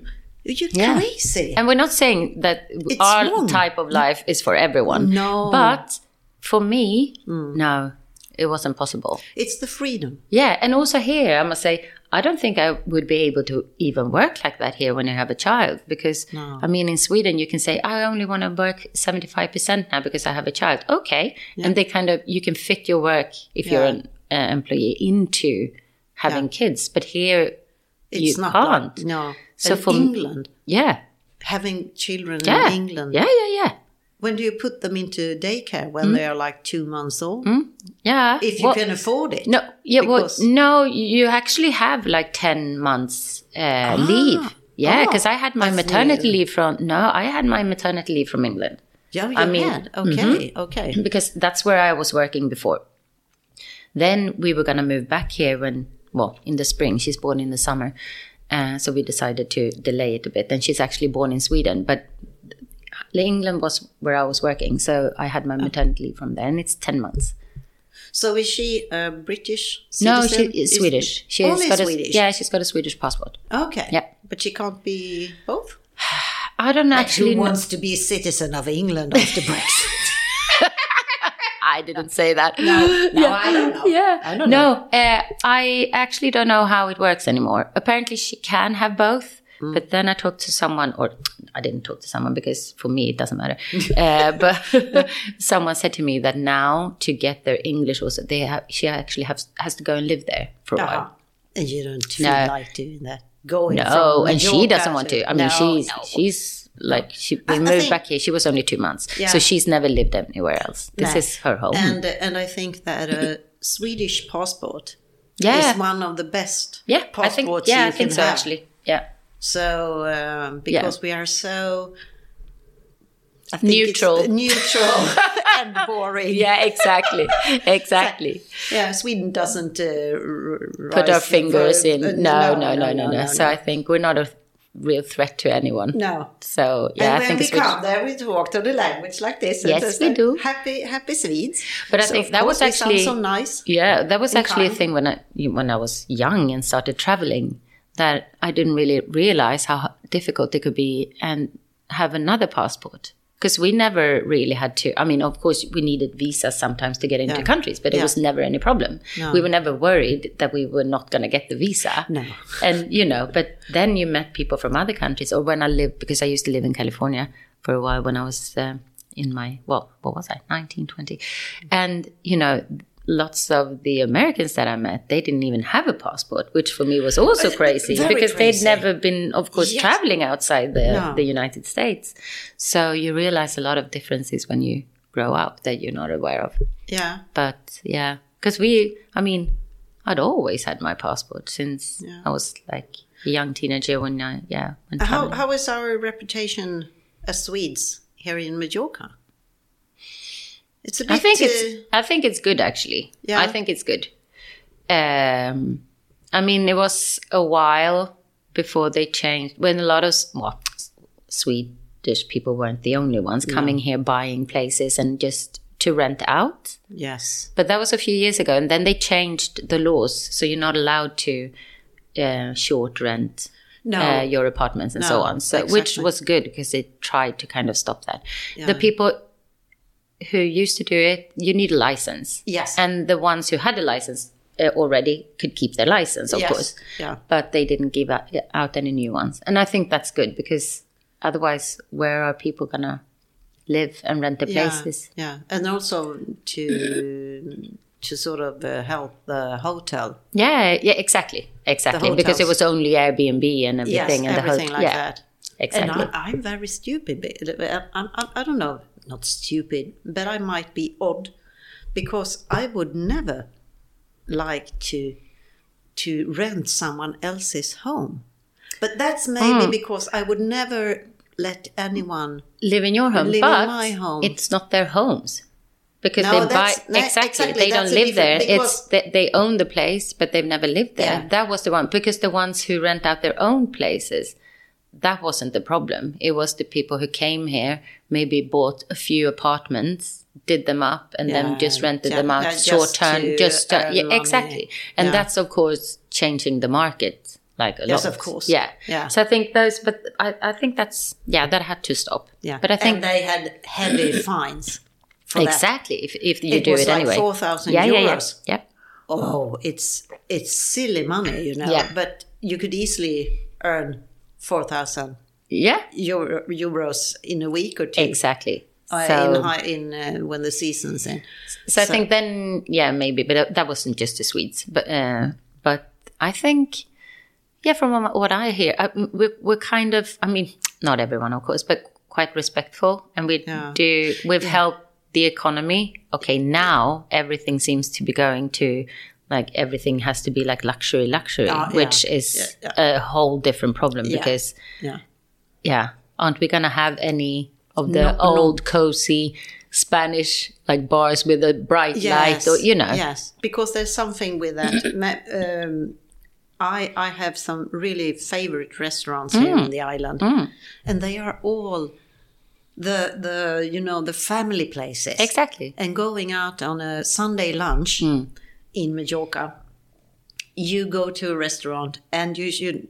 S2: Mm-hmm. Yeah.
S1: crazy.
S2: And we're not saying that our
S1: wrong.
S2: type of life is for everyone.
S1: No. Hmm.
S2: But for me, no, it wasn't possible.
S1: It's the freedom.
S2: Yeah, and also here, I must say, I don't think I would be able to even work like that here when you have a child because, I mean, in Sweden, you can say, I only want to work 75% now because I have a child. Okay. And they kind of, you can fit your work if you're
S1: Yeah.
S2: an uh, employee into having kids. But here,
S1: It's
S2: You
S1: not
S2: can't.
S1: Like, no.
S2: So
S1: So
S2: for
S1: for
S2: m-
S1: England,
S2: yeah.
S1: having children
S2: Yeah.
S1: in England,
S2: Yeah, yeah, yeah.
S1: when do you put them into daycare when they are like two months old?
S2: Yeah.
S1: If you
S2: Mm-hmm. Well,
S1: can afford it.
S2: No, yeah,
S1: Because-
S2: well, no, you actually have like 10 months uh, leave. Yeah,
S1: Ah, Oh,
S2: because I had my
S1: that's
S2: maternity
S1: weird.
S2: leave from, no, I had my maternity leave from England.
S1: Yeah, you
S2: I mean- mm-hmm.
S1: had. Okay, okay.
S2: because that's where I was working before. Then we were gonna move back here when, well, in the spring. She's born in the summer, uh, so we decided to delay it a bit. And she's actually born in Sweden, but England was where I was working, so I had my
S1: Ah.
S2: maternity leave from there, and it's ten months.
S1: So is she a British
S2: No,
S1: citizen?
S2: she is Swedish. She has
S1: only
S2: got
S1: Swedish.
S2: A, yeah, she's got a Swedish passport.
S1: Okay.
S2: Yeah.
S1: But she can't be both.
S2: I don't actually.
S1: Who
S2: know-
S1: wants to be a citizen of England after Brexit?
S2: I didn't say that.
S1: no, I don't know.
S2: Yeah.
S1: I don't
S2: no, uh, I actually don't know how it works anymore. Apparently, she can have both. But then I talked to someone, or I didn't talk to someone because for me it doesn't matter. uh, but someone said to me that now to get their English, also they have, she actually has has to go and live there for a
S1: Uh-huh.
S2: while.
S1: And you don't feel
S2: No.
S1: like doing that. Going
S2: Oh,
S1: from
S2: and she
S1: Mallorca
S2: doesn't want to. I
S1: No,
S2: mean, she's
S1: no.
S2: she's like she we
S1: I
S2: moved
S1: think-
S2: back here. She was only two months,
S1: Yeah.
S2: so she's never lived anywhere else. This
S1: No.
S2: is her home.
S1: and and I think that a Swedish passport
S2: yeah,
S1: is one of the best
S2: yeah. I
S1: passports
S2: think yeah, I
S1: you can
S2: think so
S1: have.
S2: actually. Yeah.
S1: So um, because we are so I think it's
S2: Neutral.
S1: neutral and boring.
S2: Yeah, exactly. Exactly.
S1: Yeah, Sweden doesn't uh, r-
S2: Put
S1: rise
S2: our
S1: above-
S2: fingers in.
S1: uh,
S2: No, no, no, no, no. So I think we're not a real threat to anyone.
S1: no.
S2: So yeah,
S1: and when
S2: I think
S1: we
S2: it's really-
S1: come there, we talk to the language like this. and
S2: Yes,
S1: just
S2: we
S1: like,
S2: do.
S1: Happy, happy Swedes.
S2: But I
S1: So,
S2: think
S1: of
S2: that
S1: course,
S2: was
S1: we sound
S2: actually-
S1: so nice.
S2: Yeah, that was actually a
S1: kind.
S2: thing when I when I was young and started traveling that I didn't really realize how difficult it could be and have another passport because we never really had to. I mean, of course, we needed visas sometimes to get into
S1: Yeah.
S2: countries, but it
S1: Yeah.
S2: was never any problem. We were never worried that we were not going to get the visa.
S1: No.
S2: and you know, but then you met people from other countries, or when I lived because I used to live in California for a while when I was. um in my well what was i 19 20 and you know lots of the americans that i met they didn't even have a passport which for me was also crazy
S1: very
S2: because
S1: crazy.
S2: they'd never been of course
S1: Yes.
S2: traveling outside the,
S1: No.
S2: the united states so you realize a lot of differences when you grow up that you're not aware of
S1: Yeah.
S2: but yeah because we i mean i'd always had my passport since i was like a young teenager when i yeah when
S1: How,
S2: traveling.
S1: how is our reputation as Swedes here in Mallorca? It's a bit.
S2: I think
S1: uh,
S2: it's I think it's good actually.
S1: Yeah.
S2: I think it's good. Um, I mean, it was a while before they changed when a lot of s- well, s- Swedish people weren't the only ones coming here buying places and just to rent out.
S1: yes.
S2: But that was a few years ago, and then they changed the laws, so you're not allowed to uh, short rent
S1: No.
S2: uh, your apartments and so
S1: No,
S2: on. So, which
S1: exactly.
S2: was good because it tried to kind of stop that. The people who used to do it, you need a license.
S1: Yes.
S2: And the ones who had a license uh, already could keep their license, of
S1: Yes.
S2: course.
S1: Yeah.
S2: But they didn't give out, out any new ones. And I think that's good because otherwise, where are people going to live and rent their
S1: Yeah,
S2: places?
S1: Yeah, and also to to sort of uh, help the hotel.
S2: Yeah, yeah, exactly. Exactly. Because it
S1: hotels.
S2: was only Airbnb and everything
S1: Yes,
S2: and the
S1: everything like
S2: hotel. yeah,
S1: that. And
S2: exactly.
S1: I, I'm very stupid. but- but I'm, I'm, I don't know, not stupid, but I might be odd because I would never like to to rent someone else's home. But that's maybe
S2: Hmm.
S1: because I would never let anyone.
S2: live in your home,
S1: Live in
S2: but
S1: my home.
S2: it's not their homes because
S1: No,
S2: they buy
S1: that's- no,
S2: exactly,
S1: exactly,
S2: they
S1: that's
S2: don't
S1: a
S2: live there.
S1: different-
S2: It's they, they own the place, but they've never lived there.
S1: Yeah.
S2: That was the one because the ones who rent out their own places, that wasn't the problem. It was the people who came here, maybe bought a few apartments, did them up, and
S1: Yeah.
S2: then just rented
S1: Yeah,
S2: them out
S1: uh, just
S2: short term.
S1: to
S2: Just uh,
S1: earn
S2: yeah,
S1: money.
S2: exactly, and
S1: Yeah.
S2: that's of course changing the market like a
S1: Yes,
S2: lot.
S1: of course.
S2: Yeah,
S1: Yeah.
S2: So I think those, but I, I think that's yeah, that had to stop.
S1: Yeah.
S2: but I think
S1: and they had heavy fines for that.
S2: exactly if if you
S1: It
S2: do
S1: was
S2: it
S1: like
S2: anyway,
S1: 4,000
S2: yeah, yeah, yeah,
S1: euros.
S2: yeah.
S1: Oh, it's it's silly money, you know.
S2: Yeah.
S1: But you could easily earn four thousand
S2: Yeah,
S1: euro, euros in a week or two.
S2: exactly.
S1: uh,
S2: so,
S1: in, high, in uh, when the season's in.
S2: So, I
S1: So-
S2: think then, yeah, maybe, but that- that wasn't just the Swedes. But uh, but I think, yeah, from what- what I hear, I, we're, we're kind of, I mean, not everyone, of course, but quite respectful, and we
S1: Yeah.
S2: do we've helped the economy. Okay, now everything seems to be going to. Like everything has to be like luxury, luxury,
S1: Ah, yeah.
S2: which is
S1: Yeah,
S2: a whole different problem because
S1: Yeah.
S2: yeah aren't we gonna have any of the old cozy spanish like bars with a bright light or you know
S1: Yes, because there's something with that. Ma- um, I I have some really favorite restaurants here
S2: Mm.
S1: on the island, and they are all the the you know the family places
S2: exactly
S1: and going out on a Sunday lunch
S2: Hmm.
S1: in Majorca, you go to a restaurant and you should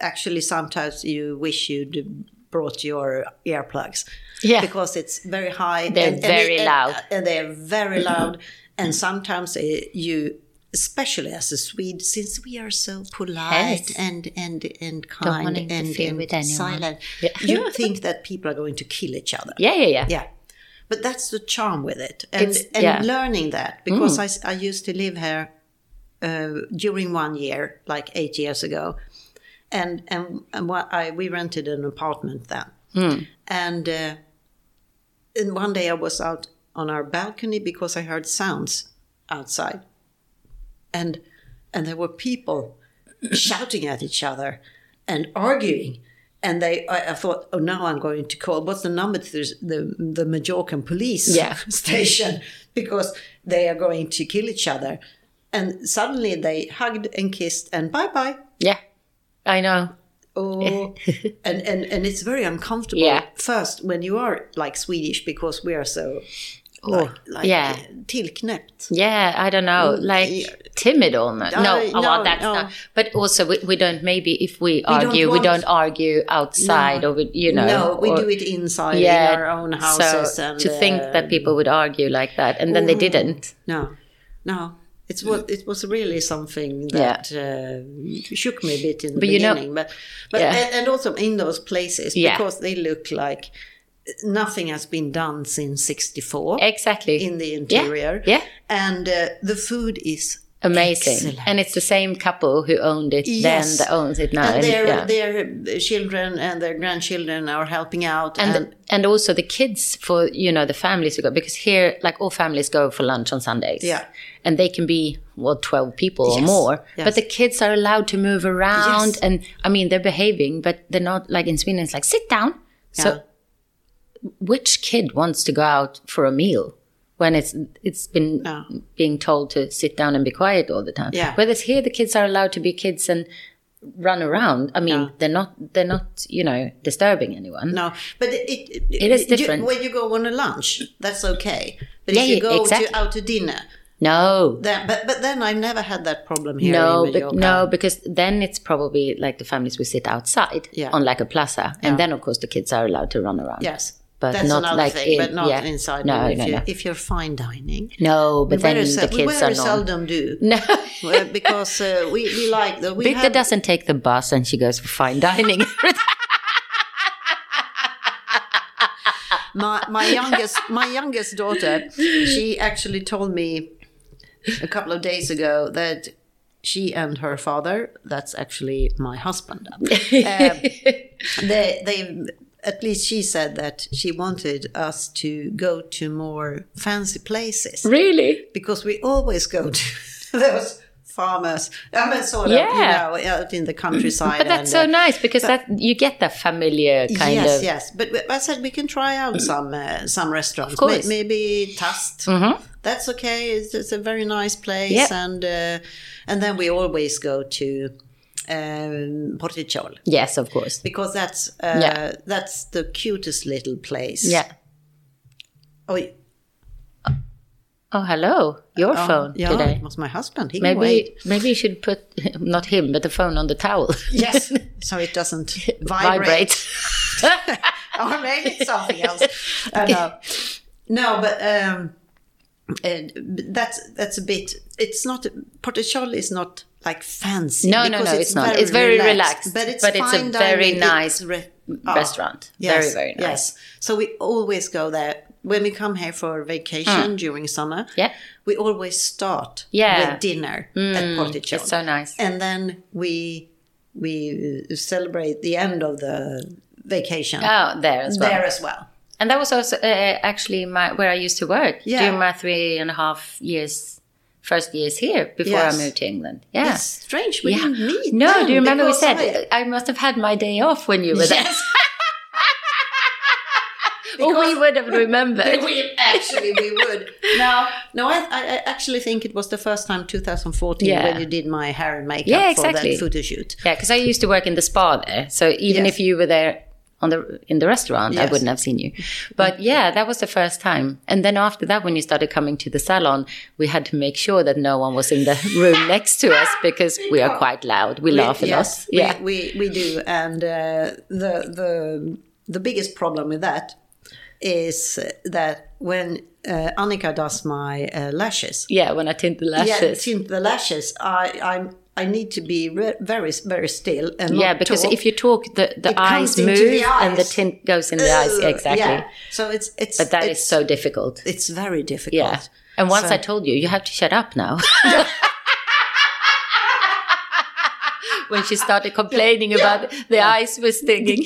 S1: actually sometimes you wish you'd brought your earplugs.
S2: Yeah.
S1: Because it's very high.
S2: They're very
S1: and-
S2: loud.
S1: And they're very loud. and sometimes eh, you, especially as a Swede, since we are so polite
S2: Yes.
S1: and, and, and kind
S2: wanna
S1: and,
S2: interfere
S1: and
S2: with anyone.
S1: silent, you think that people are going to kill each other.
S2: yeah yeah yeah,
S1: Yeah. But that's the charm with it. And,
S2: It's-
S1: and
S2: yeah. Mm.
S1: learning that because I s I I, used to live here uh, during one year, like eight years ago. And, and, and wha- I, we rented an apartment then.
S2: Hmm.
S1: And, uh, and one day I was out on our balcony because I heard sounds outside. And, and there were people shouting at each other and arguing. And they, I, I thought, oh, now I'm going to call. What's the number to this- the the Majorcan police
S2: Yeah.
S1: station because they are going to kill each other. And suddenly they hugged and kissed and bye bye.
S2: Yeah. i know
S1: Oh, and, and and it's very uncomfortable
S2: Yeah.
S1: first when you are like Swedish because we are so like, like
S2: Oh, yeah.
S1: tillknäppt.
S2: yeah i don't know
S1: Mm,
S2: like timid almost no,
S1: No,
S2: oh, well,
S1: no,
S2: that's
S1: no.
S2: not but also we, we don't maybe if we
S1: don't
S2: argue we
S1: want-
S2: don't argue outside or we, you know
S1: no, we
S2: or-
S1: do it inside in our own houses.
S2: so
S1: and
S2: to think
S1: uh,
S2: that people would argue like that and then they didn't
S1: No, no. It's
S2: Mm.
S1: what it was really something that uh, shook me a bit in the
S2: But you know-
S1: beginning, but but
S2: Yeah.
S1: and, and also in those places
S2: Yeah.
S1: because they look like nothing has been done since '64
S2: exactly
S1: in the interior.
S2: Eh, yeah.
S1: and uh, the food is
S2: amazing
S1: Excellent.
S2: and it's the same couple who owned it
S1: Yes.
S2: then that owns it now
S1: and
S2: and,
S1: their
S2: yeah.
S1: their children and their grandchildren are helping out
S2: and,
S1: and,
S2: and also the kids for you know the families who go because here like all families go for lunch on sundays
S1: Yeah.
S2: and they can be well 12 people or
S1: Yes.
S2: more
S1: Yes.
S2: but the kids are allowed to move around
S1: Yes.
S2: and i mean they're behaving but they're not like in sweden it's like sit down
S1: Yeah.
S2: so which kid wants to go out for a meal when it's it's been
S1: No.
S2: being told to sit down and be quiet all the time
S1: Yeah.
S2: whereas here the kids are allowed to be kids and run around i mean they're not they're not you know disturbing anyone
S1: No, but it it,
S2: It is
S1: you-
S2: different.
S1: when you go on a lunch. That's okay, but
S2: Yeah,
S1: if you
S2: yeah,
S1: go
S2: exactly.
S1: to out to dinner,
S2: No.
S1: then but but then I never had that problem here.
S2: No,
S1: in
S2: but
S1: Mallorca.
S2: no, because then it's probably like the families will sit outside
S1: Yeah.
S2: on like a plaza, and then of course the kids are allowed to run around.
S1: Yes,
S2: But
S1: that's
S2: not
S1: another
S2: like
S1: thing,
S2: in-
S1: but not
S2: yeah.
S1: inside.
S2: No,
S1: No, if,
S2: no,
S1: you,
S2: no.
S1: if you're fine dining,
S2: No, but then
S1: very
S2: the
S1: sel- we
S2: kids are
S1: very
S2: not.
S1: seldom do
S2: No.
S1: Well, because uh, we we like the we
S2: Victor
S1: have,
S2: doesn't take the bus, and she goes for fine dining.
S1: my my youngest my youngest daughter. She actually told me a couple of days ago that. She and her father, that's actually my husband, um, they they at least she said that she wanted us to go to more fancy places
S2: really?
S1: because we always go to those farmers i mean sort of
S2: Yeah.
S1: you know out in the countryside
S2: But that's so
S1: and, uh,
S2: nice because that you get that familiar kind
S1: yes,
S2: of.
S1: yes. But but I said we can try out some uh, some restaurants. May-
S2: course. Mm-hmm.
S1: maybe Tast. That's okay. It's, it's a very nice place,
S2: Yeah.
S1: and uh, and then we always go to. um, Porticciol
S2: Yes, of course.
S1: because that's uh,
S2: Yeah.
S1: that's the cutest little place.
S2: Yeah.
S1: Oh,
S2: Oh, hello. Your
S1: oh,
S2: phone
S1: yeah,
S2: today.
S1: it was my husband. He can
S2: Maybe
S1: wait.
S2: maybe you should put not him, but the phone on the towel.
S1: Yes, so it doesn't vibrate.
S2: Vibrate.
S1: or maybe it's something else. I know. No, but um, uh, that's that's a bit. It's not. Portichol is not like fancy.
S2: No, no,
S1: because
S2: no, it's not. It's very relaxed,
S1: but it's
S2: but it's a
S1: fine
S2: very
S1: dining.
S2: nice
S1: It's re- oh,
S2: Restaurant.
S1: yes,
S2: very, very nice.
S1: Yes. So we always go there when we come here for vacation during summer.
S2: Mm. Yeah.
S1: we always start
S2: Yeah. Mm.
S1: with dinner at Portichol.
S2: It's so nice.
S1: And then we we uh, celebrate the end of the vacation
S2: Oh, there as well.
S1: there as well.
S2: And that was also uh, actually my where I used to work
S1: Yeah.
S2: during my three and a half years, first years here before
S1: Yes.
S2: I moved to England. Yeah.
S1: It's strange we
S2: Yeah.
S1: didn't meet.
S2: No,
S1: then
S2: do you remember we
S1: because
S2: said
S1: I-
S2: I, must have had my day off when you were
S1: yes,
S2: there? Or we would have remembered.
S1: we actually we would. No, no, I, I I actually think it was the first time 2014
S2: Yeah.
S1: when you did my hair and makeup
S2: Yeah,
S1: for
S2: exactly.
S1: that photo shoot.
S2: yeah, because I used to work in the spa there, so even
S1: Yes.
S2: if you were there on the in the restaurant, I
S1: Yes.
S2: wouldn't have seen you. But yeah, that was the first time. And then after that, when you started coming to the salon, we had to make sure that no one was in the room next to us because we are quite loud. We, laugh a
S1: yes,
S2: lot. Yeah.
S1: we, we we do, and uh, the the the biggest problem with that is that when uh, Annika does my uh, lashes,
S2: yeah, when I tint the
S1: yeah,
S2: lashes.
S1: tint the lashes, I I'm. I need to be re- very, very still and not
S2: Yeah, because
S1: talk.
S2: if you talk, the, the
S1: It
S2: eyes
S1: comes
S2: move
S1: into the
S2: and the
S1: eyes.
S2: tint goes in the eyes.
S1: Ugh,
S2: Exactly.
S1: yeah. So it's it's
S2: But that is
S1: it's,
S2: so difficult.
S1: it's very difficult.
S2: Yeah. And once
S1: So-
S2: I told you, you have to shut up now. when she started complaining about the eyes was stinging.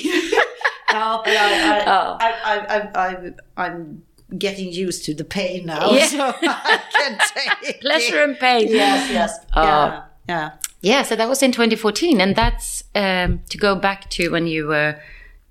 S1: No, but I, I,
S2: Oh.
S1: I, I, I, I, I'm getting used to the pain now,
S2: Yeah.
S1: so I can take it.
S2: Pleasure Oh. and pain.
S1: Yes, yes. Yeah, yeah.
S2: Yeah, so that was in 2014. And that's um, to go back to when you were,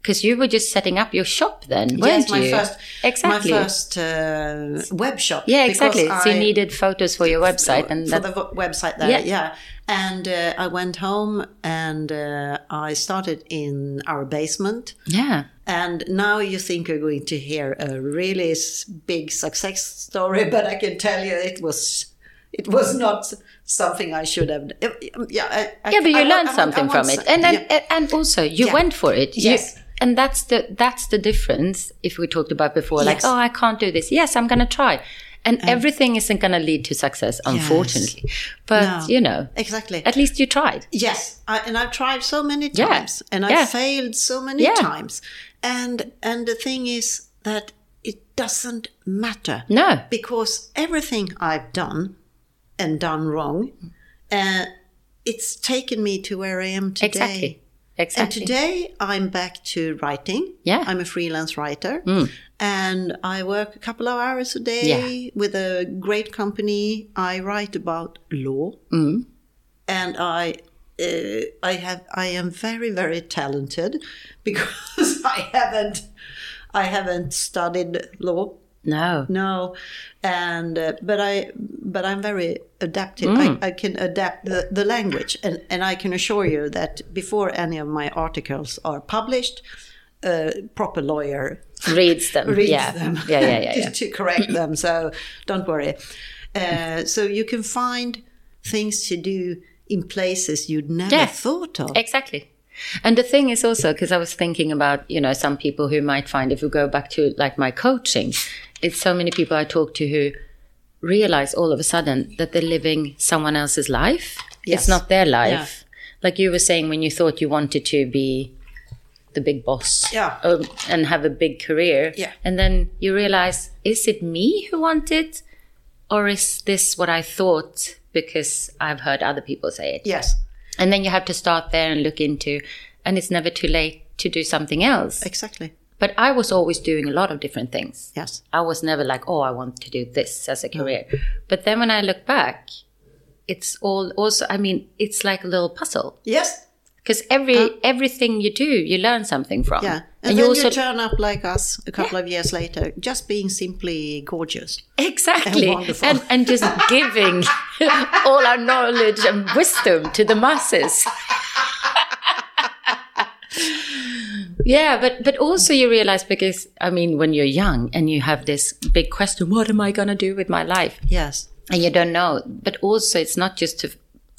S2: because you were just setting up your shop then, weren't
S1: yes, my
S2: you?
S1: first,
S2: exactly.
S1: my first uh, web shop.
S2: yeah,
S1: because
S2: exactly. So you
S1: I-
S2: needed photos for your website, and
S1: for
S2: that,
S1: the w- website there,
S2: Yeah.
S1: yeah. And uh, I went home and uh, I started in our basement.
S2: yeah,
S1: And now you think you're going to hear a really s- big success story, but I can tell you it was it was not something I should have. um, Yeah, I, I,
S2: yeah, but you
S1: I- I-
S2: learned
S1: I- I
S2: something
S1: want
S2: from
S1: some-
S2: it, and then,
S1: yeah.
S2: and also you
S1: Yeah.
S2: went for it. You-
S1: Yes.
S2: and that's the that's the difference. If we talked about before, like
S1: Yes.
S2: oh, I can't do this. Yes, I'm going to try, and everything isn't going to lead to success, unfortunately. But
S1: No.
S2: you know,
S1: exactly.
S2: at least you tried.
S1: Yes, I, and I've tried so many
S2: Yeah.
S1: times, and I
S2: Yeah.
S1: failed so many
S2: Yeah.
S1: times, and and the thing is that it doesn't matter
S2: No,
S1: because everything I've done and done wrong, uh, it's taken me to where I am today.
S2: exactly,
S1: And
S2: exactly.
S1: today I'm back to writing.
S2: Yeah. Mm.
S1: I'm a freelance writer. And I work a couple of hours a day
S2: Yeah.
S1: with a great company. I write about law.
S2: Mm.
S1: And I uh, I have I am very very talented because I haven't I haven't studied law
S2: no,
S1: no and uh, but i but i'm very adaptive
S2: Mm.
S1: I, I can adapt the, the language and and i can assure you that before any of my articles are published a proper lawyer
S2: reads them.
S1: reads
S2: Mm. yeah.
S1: them
S2: yeah, yeah, yeah,
S1: to-
S2: yeah.
S1: to correct them so don't worry uh, so you can find things to do in places you'd never
S2: Yeah.
S1: thought of
S2: Exactly. And the thing is also because I was thinking about you know some people who might find if we go back to like my coaching, it's so many people I talk to who realize all of a sudden that they're living someone else's life.
S1: Yes.
S2: It's not their life. Like you were saying when you thought you wanted to be the big boss
S1: Yeah.
S2: um, and have a big career
S1: Yeah.
S2: and then you realize is it me who want it or is this what i thought because i've heard other people say it
S1: yes
S2: and then you have to start there and look into, and it's never too late to do something else.
S1: exactly
S2: But I was always doing a lot of different things.
S1: yes
S2: I was never like, oh, I want to do this as a career. But then when I look back, it's all also, I mean, it's like a little puzzle
S1: yes
S2: because every, everything you do, you learn something from.
S1: yeah and, then
S2: And you also,
S1: you turn up like us a couple of years later just being simply gorgeous
S2: exactly.
S1: and wonderful.
S2: and, and just giving all our knowledge and wisdom to the masses. Yeah, but but also you realize because I mean when you're young and you have this big question, what am I gonna do with my life?
S1: Yes.
S2: And you don't know. But also it's not just to,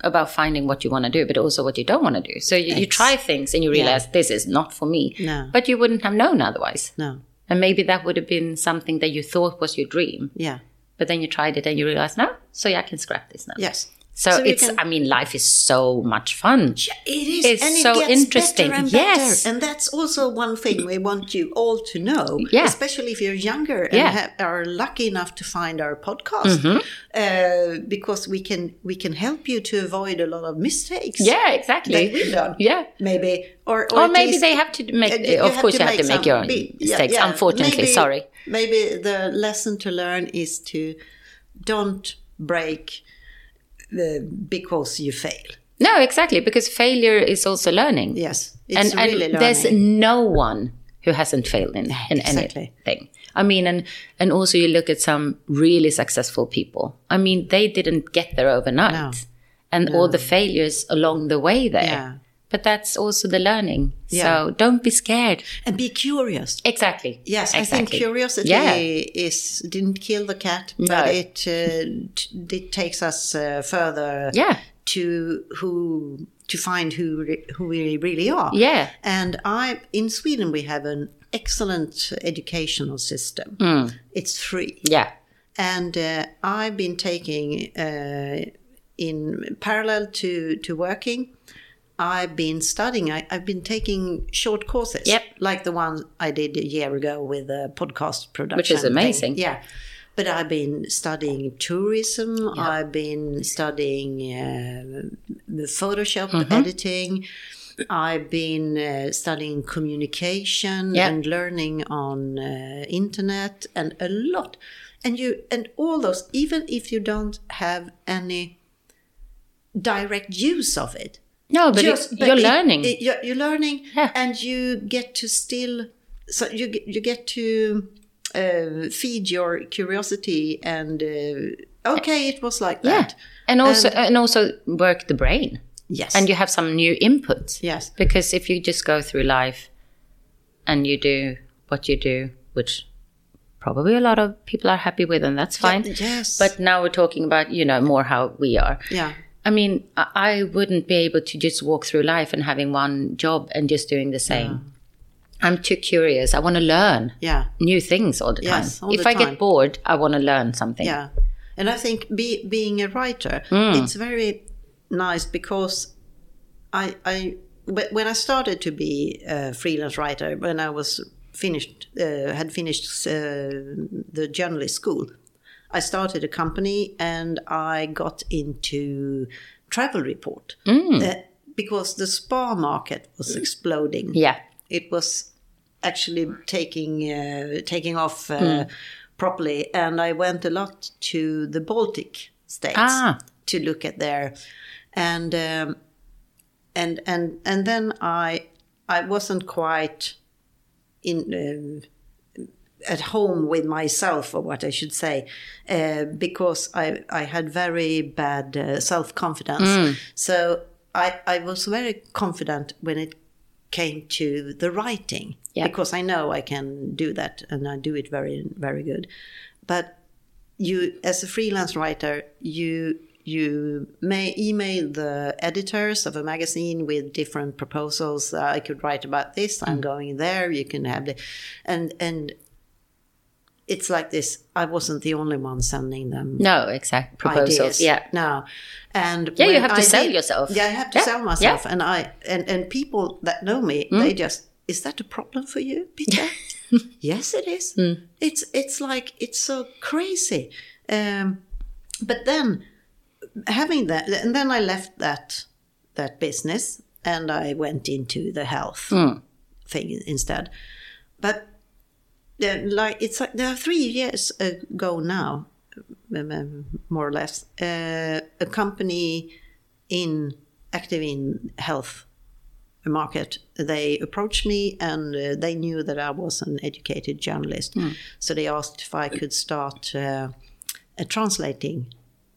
S2: about finding what you want to do, but also what you don't want to do. So you, you try things and you realize this is not for me.
S1: No.
S2: But you wouldn't have known otherwise.
S1: No.
S2: And maybe that would have been something that you thought was your dream,
S1: Yeah.
S2: but then you tried it and you realized no. So yeah, I can scrap this now.
S1: Yes.
S2: So,
S1: So you
S2: it's.
S1: can-
S2: I mean, life is so much fun.
S1: It is,
S2: It's
S1: and it
S2: so
S1: gets
S2: interesting.
S1: Better and
S2: Yes.
S1: better. and that's also one thing we want you all to know,
S2: Yeah.
S1: especially if you're younger and
S2: Yeah. Mm-hmm.
S1: have, are lucky enough to find our podcast, uh, because we can we can help you to avoid a lot of mistakes.
S2: Yeah, exactly.
S1: that we learn.
S2: Yeah.
S1: maybe or or,
S2: Or
S1: at
S2: maybe
S1: least-
S2: they have to make.
S1: uh, you
S2: of course, you have to make
S1: some-
S2: your own
S1: be- yeah,
S2: mistakes.
S1: yeah.
S2: Unfortunately,
S1: Maybe-
S2: sorry.
S1: Maybe the lesson to learn is to don't break the, because you fail.
S2: No, exactly, because failure is also learning.
S1: Yes,
S2: and
S1: it's
S2: and
S1: really learning.
S2: there's no one who hasn't failed in, in
S1: exactly.
S2: anything. I mean, and and also you look at some really successful people. I mean, they didn't get there overnight,
S1: No.
S2: and all the failures along the way there.
S1: Yeah.
S2: But that's also the learning. So
S1: Yeah.
S2: don't be scared.
S1: and be curious.
S2: Exactly.
S1: Yes, I think
S2: Exactly.
S1: curiosity
S2: Yeah.
S1: is didn't kill the cat,
S2: No.
S1: but it uh, t- it takes us uh, further
S2: Yeah.
S1: to who to find who re- who we really are.
S2: Yeah.
S1: And I in Sweden we have an excellent educational system.
S2: Hmm.
S1: It's free,
S2: Yeah.
S1: and uh, I've been taking uh, in parallel to to working. I've been studying. I, I've been taking short courses,
S2: Yep.
S1: like the one I did a year ago with a podcast production, thing.
S2: amazing.
S1: Yeah, but I've been studying tourism. I've been studying uh, the Photoshop
S2: Mm-hmm.
S1: editing. I've been uh, studying communication
S2: Yeah.
S1: and learning on uh, internet and a lot and you and all those even if you don't have any direct use of it
S2: No, but,
S1: just-
S2: it,
S1: but
S2: you're
S1: it-
S2: learning.
S1: it- you're, you're learning
S2: Yeah.
S1: and you get to still so you get- you get to uh, feed your curiosity and uh, okay it was like
S2: yeah.
S1: that
S2: And
S1: um,
S2: also and also work the brain.
S1: yes
S2: and you have some new input.
S1: Yes.
S2: Because if you just go through life and you do what you do, which probably a lot of people are happy with, and that's fine.
S1: yes
S2: But now we're talking about, you know, more how we are.
S1: yeah
S2: I mean, I- I wouldn't be able to just walk through life and having one job and just doing the same. I'm too curious. I want to learn
S1: yeah
S2: new things all the time.
S1: Yes, all
S2: if
S1: the
S2: I
S1: time.
S2: get bored, I want to learn something.
S1: Yeah. And I think be, being a writer, it's very nice because I, I wh- when I started to be a freelance writer, when I was finished, uh, had finished uh, the journalist school, I started a company and I got into travel report Uh, because the spa market was exploding
S2: Yeah.
S1: it was actually taking uh, taking off uh, properly and i went a lot to the baltic states
S2: Ah.
S1: to look at there and um, and and and then i i wasn't quite in um, at home with myself or what i should say uh, because i i had very bad uh, self confidence so i i was very confident when it came to the writing
S2: Yeah.
S1: because I know I can do that and I do it very very good. But you as a freelance writer, you you may email the editors of a magazine with different proposals. Uh, I could write about this. I'm going there. You can have the, and and it's like this. I wasn't the only one sending them
S2: No, exact proposals.
S1: ideas
S2: Yeah.
S1: now and
S2: Yeah, you
S1: when
S2: have to
S1: I
S2: sell yourself.
S1: yeah i have to
S2: Yeah, Hmm?
S1: sell myself and i and and people that know me they just is that a problem for you peter yes it is
S2: Hmm.
S1: it's it's like it's so crazy um but then having that and then i left that that business and i went into the health
S2: Hmm.
S1: thing instead but uh, like it's like there are three years ago now, um, um, more or less, uh, a company in active in health market they approached me and uh, they knew that I was an educated journalist, so they asked if I could start uh, uh, translating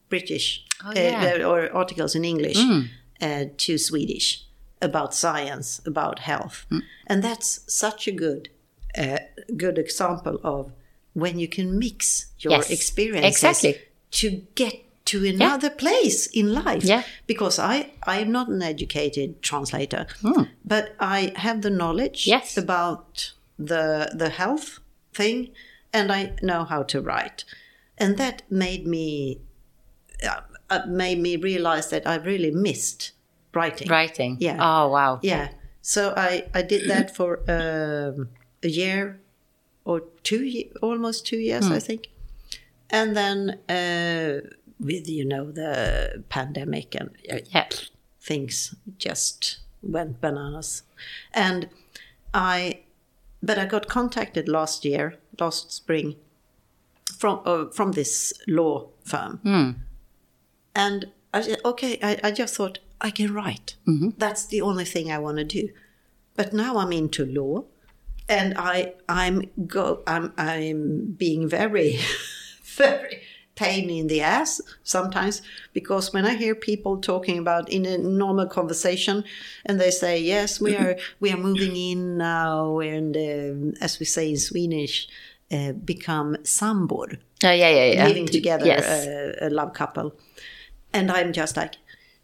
S1: British
S2: yeah.
S1: uh, or articles in English uh, to uh, Swedish. about science, about health. And that's such a good, uh, good example of when you can mix your
S2: Yes,
S1: experiences
S2: exactly.
S1: to get to another place in life.
S2: Yeah.
S1: Because I, I am not an educated translator, but I have the knowledge
S2: Hmm. Yes.
S1: about the, the health thing and I know how to write. And that made me uh, made me realize that I really missed writing.
S2: Writing.
S1: Yeah.
S2: Oh, wow.
S1: Yeah. So I, I did that for um, a year or two, ye- almost two years, I think. And then uh, with, you know, the pandemic and uh,
S2: Yeah.
S1: things just went bananas. And I, but I got contacted last year, last spring, from uh, from this law firm, and I said, okay, I, I just thought I can write. That's the only thing I want to do. But now I'm into law, and I I'm go I'm I'm being very very pain in the ass sometimes because when I hear people talking about in a normal conversation and they say yes we are we are moving in now and um, as we say in Swedish uh, become sambor
S2: Oh, yeah, yeah, yeah.
S1: living together
S2: Yes.
S1: uh, a love couple and I'm just like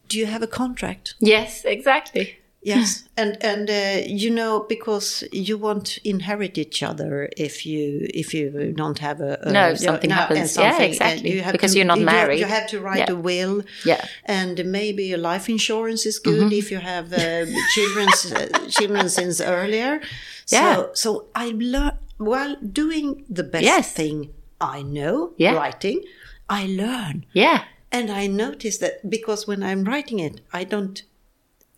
S1: do you have a contract
S2: yes, exactly.
S1: Yes, and and uh, you know because you won't inherit each other if you if you don't have a, a
S2: No, if
S1: you-
S2: something happens.
S1: and
S2: Yeah,
S1: something,
S2: exactly.
S1: and you have
S2: Because
S1: to-
S2: you're not
S1: you do-
S2: married.
S1: You have to write
S2: Yeah.
S1: a will.
S2: Yeah. Mm-hmm.
S1: and maybe your life insurance is good if you have uh, children's uh, children since earlier.
S2: Yeah.
S1: So so I learned while doing the best
S2: Yes.
S1: thing I know,
S2: Yeah.
S1: writing. I learn.
S2: Yeah.
S1: And I notice that because when I'm writing it, I don't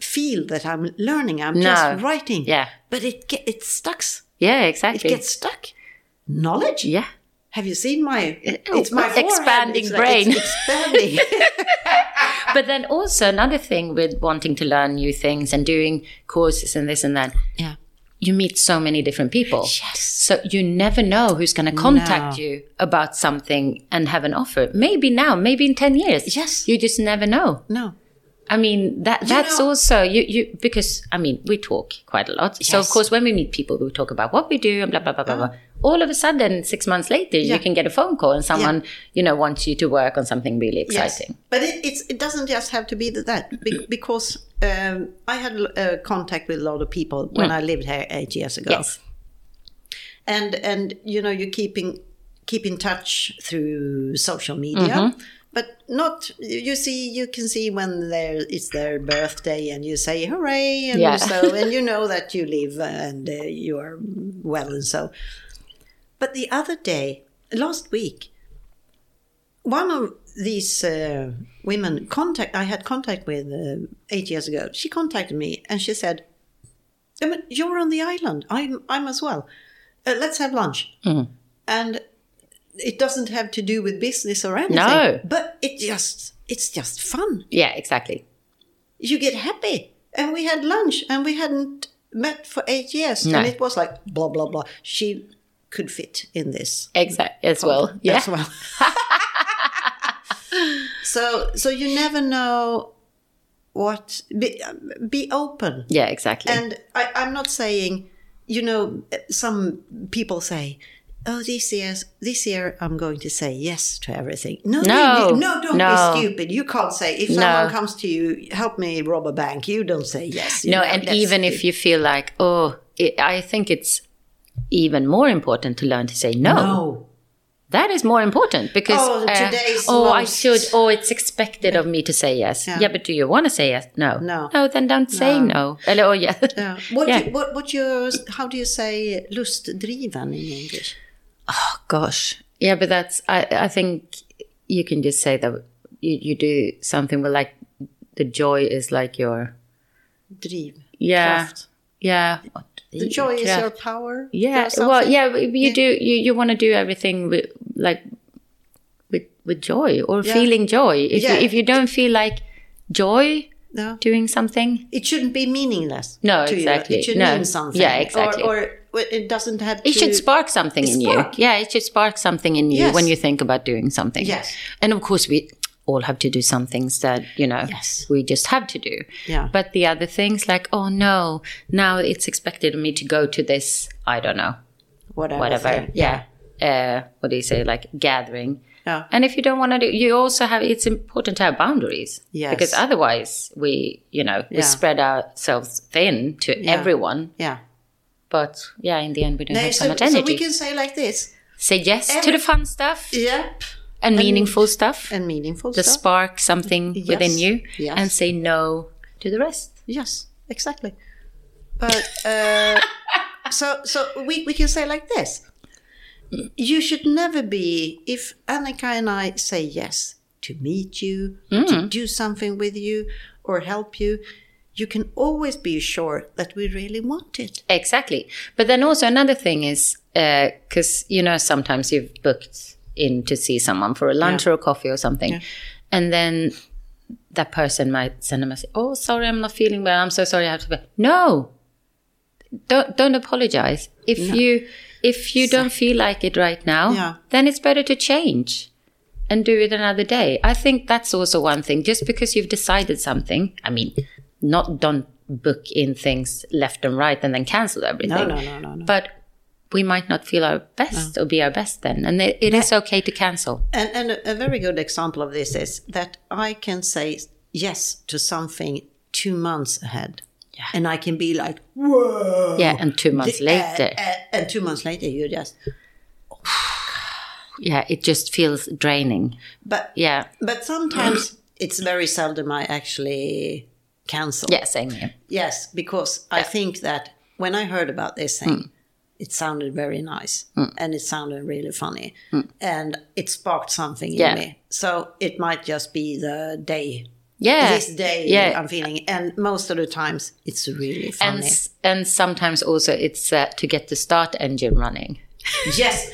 S1: feel that I'm learning. I'm just
S2: No.
S1: writing.
S2: Yeah.
S1: But it ge- it stucks.
S2: Yeah,
S1: It
S2: exactly.
S1: gets stuck. Knowledge.
S2: yeah.
S1: Have you seen my?
S2: Oh,
S1: It's my forehead.
S2: expanding
S1: It's like-
S2: brain.
S1: It's expanding.
S2: But then also another thing with wanting to learn new things and doing courses and this and that,
S1: yeah.
S2: you meet so many different people.
S1: Yes.
S2: So you never know who's going to contact
S1: No.
S2: you about something and have an offer. Maybe now, maybe in 10 years.
S1: Yes.
S2: You just never know.
S1: No.
S2: I mean that that's
S1: know-
S2: also you you because I mean we talk quite a lot. So of
S1: Yes. Uh-huh.
S2: course when we meet people we talk about what we do and blah blah blah blah blah. All of a sudden six months later
S1: Yeah.
S2: you can get a phone call and someone you know wants you to work on something really exciting.
S1: Yes. But it, it's, it doesn't just have to be th- that, be- because um, I had uh, contact with a lot of people when I lived here eight years ago.
S2: Hmm. Yes.
S1: And and you know you keep in, keep in touch through social media, but not you see you can see when there it's their birthday and you say hooray and
S2: Yeah.
S1: so and you know that you live and uh, you are well and so. But the other day, last week, one of these uh, women contact I had contact with uh, eight years ago. She contacted me and she said, I mean, "You're on the island. I'm I'm as well. Uh, let's have lunch."
S2: Mm.
S1: And it doesn't have to do with business or anything.
S2: No.
S1: but it just it's just fun.
S2: Yeah, exactly.
S1: You get happy. And we had lunch, and we hadn't met for eight years,
S2: No.
S1: and it was like blah blah blah. She could fit in this
S2: Exactly as well. Yeah.
S1: as well. so so you never know what be, be open
S2: Yeah, exactly.
S1: and I, I'm not saying you know some people say oh this year this year I'm going to say yes to everything no
S2: No.
S1: you- no don't
S2: No.
S1: be stupid you can't say if
S2: No.
S1: someone comes to you help me rob a bank you don't say yes you
S2: no,
S1: know,
S2: and
S1: that's
S2: even if you feel like, oh, it, I think it's even more important to learn to say no.
S1: no
S2: That is more important because
S1: Oh, today's
S2: oh, I
S1: most-
S2: should. Oh, it's expected of me to say yes. Yeah,
S1: Yeah.
S2: but do you want to say yes? No.
S1: No.
S2: No, then don't say no. Eller, oh, yeah.
S1: no. What,
S2: Yeah.
S1: you, what what you how do you say lustdriven in English
S2: Oh, gosh. Yeah, but that's. I I think you can just say that you you do something with like the joy is like your
S1: driv
S2: yeah
S1: Kraft.
S2: yeah.
S1: The joy is
S2: Kraft.
S1: your power.
S2: Yeah.
S1: Your
S2: Well,
S1: something.
S2: yeah. but You do. You, you want to do everything with like with with joy or feeling joy. If
S1: Yeah.
S2: you, if you don't feel like joy
S1: No,
S2: doing something,
S1: it shouldn't be meaningless.
S2: No,
S1: to you.
S2: exactly.
S1: It should
S2: No.
S1: mean something.
S2: Yeah, exactly.
S1: Or, or well, it doesn't have.
S2: it
S1: to,
S2: should spark something in
S1: Spark.
S2: you. Yeah, it should spark something in you
S1: Yes.
S2: when you think about doing something.
S1: Yes.
S2: And of course, we all have to do some things that, you know,
S1: Yes.
S2: we just have to do.
S1: Yeah.
S2: But the other things like, oh no, now it's expected of me to go to this, I don't know,
S1: whatever.
S2: whatever.
S1: thing.
S2: Yeah. Uh, what do you say? Like gathering.
S1: Yeah.
S2: And if you don't want to do, you also have, it's important to have boundaries.
S1: Yes.
S2: Because otherwise we, you know, we
S1: Yeah.
S2: spread ourselves thin to
S1: Yeah.
S2: everyone.
S1: Yeah.
S2: But yeah, in the end, we don't
S1: No,
S2: have so,
S1: so,
S2: much
S1: so
S2: energy.
S1: we can say like this.
S2: Say yes to
S1: every-
S2: the fun stuff
S1: Yep.
S2: and meaningful stuff,
S1: And meaningful
S2: the
S1: stuff.
S2: spark something
S1: Yes.
S2: within you,
S1: Yes.
S2: and say no to the rest.
S1: Yes, exactly. But uh, so so we, we can say like this. You should never be if Annika and I say yes to meet you,
S2: Hmm.
S1: to do something with you or help you, you can always be sure that we really want it.
S2: Exactly. But then also another thing is because you know sometimes you've booked in to see someone for a lunch or a coffee or something, and then that person might send a message. Oh, sorry, I'm not feeling well. I'm so sorry. I have to. Be. No, don't don't apologize. If you if you don't feel like it right now,
S1: Yeah.
S2: then it's better to change and do it another day. I think that's also one thing. Just because you've decided something, I mean, not don't book in things left and right and then cancel everything.
S1: no, no, no, no.
S2: But we might not feel our best or be our best then, and it, it is okay to cancel.
S1: And, and a- a very good example of this is that I can say yes to something two months ahead.
S2: Yeah.
S1: And I can be like, whoa.
S2: Yeah, and two months later,
S1: And, and two months later, you just.
S2: yeah, it just feels draining.
S1: But
S2: Yeah,
S1: But sometimes it's very seldom I actually cancel.
S2: yeah, same here.
S1: Yes, because I think that when I heard about this thing,
S2: Mm.
S1: it sounded very nice and it sounded really funny and it sparked something
S2: Mm. Yeah.
S1: in me. So it might just be the day.
S2: Yeah,
S1: This day I'm feeling, and most of the times it's really funny.
S2: and s- and sometimes also it's uh, to get the start engine running
S1: yes,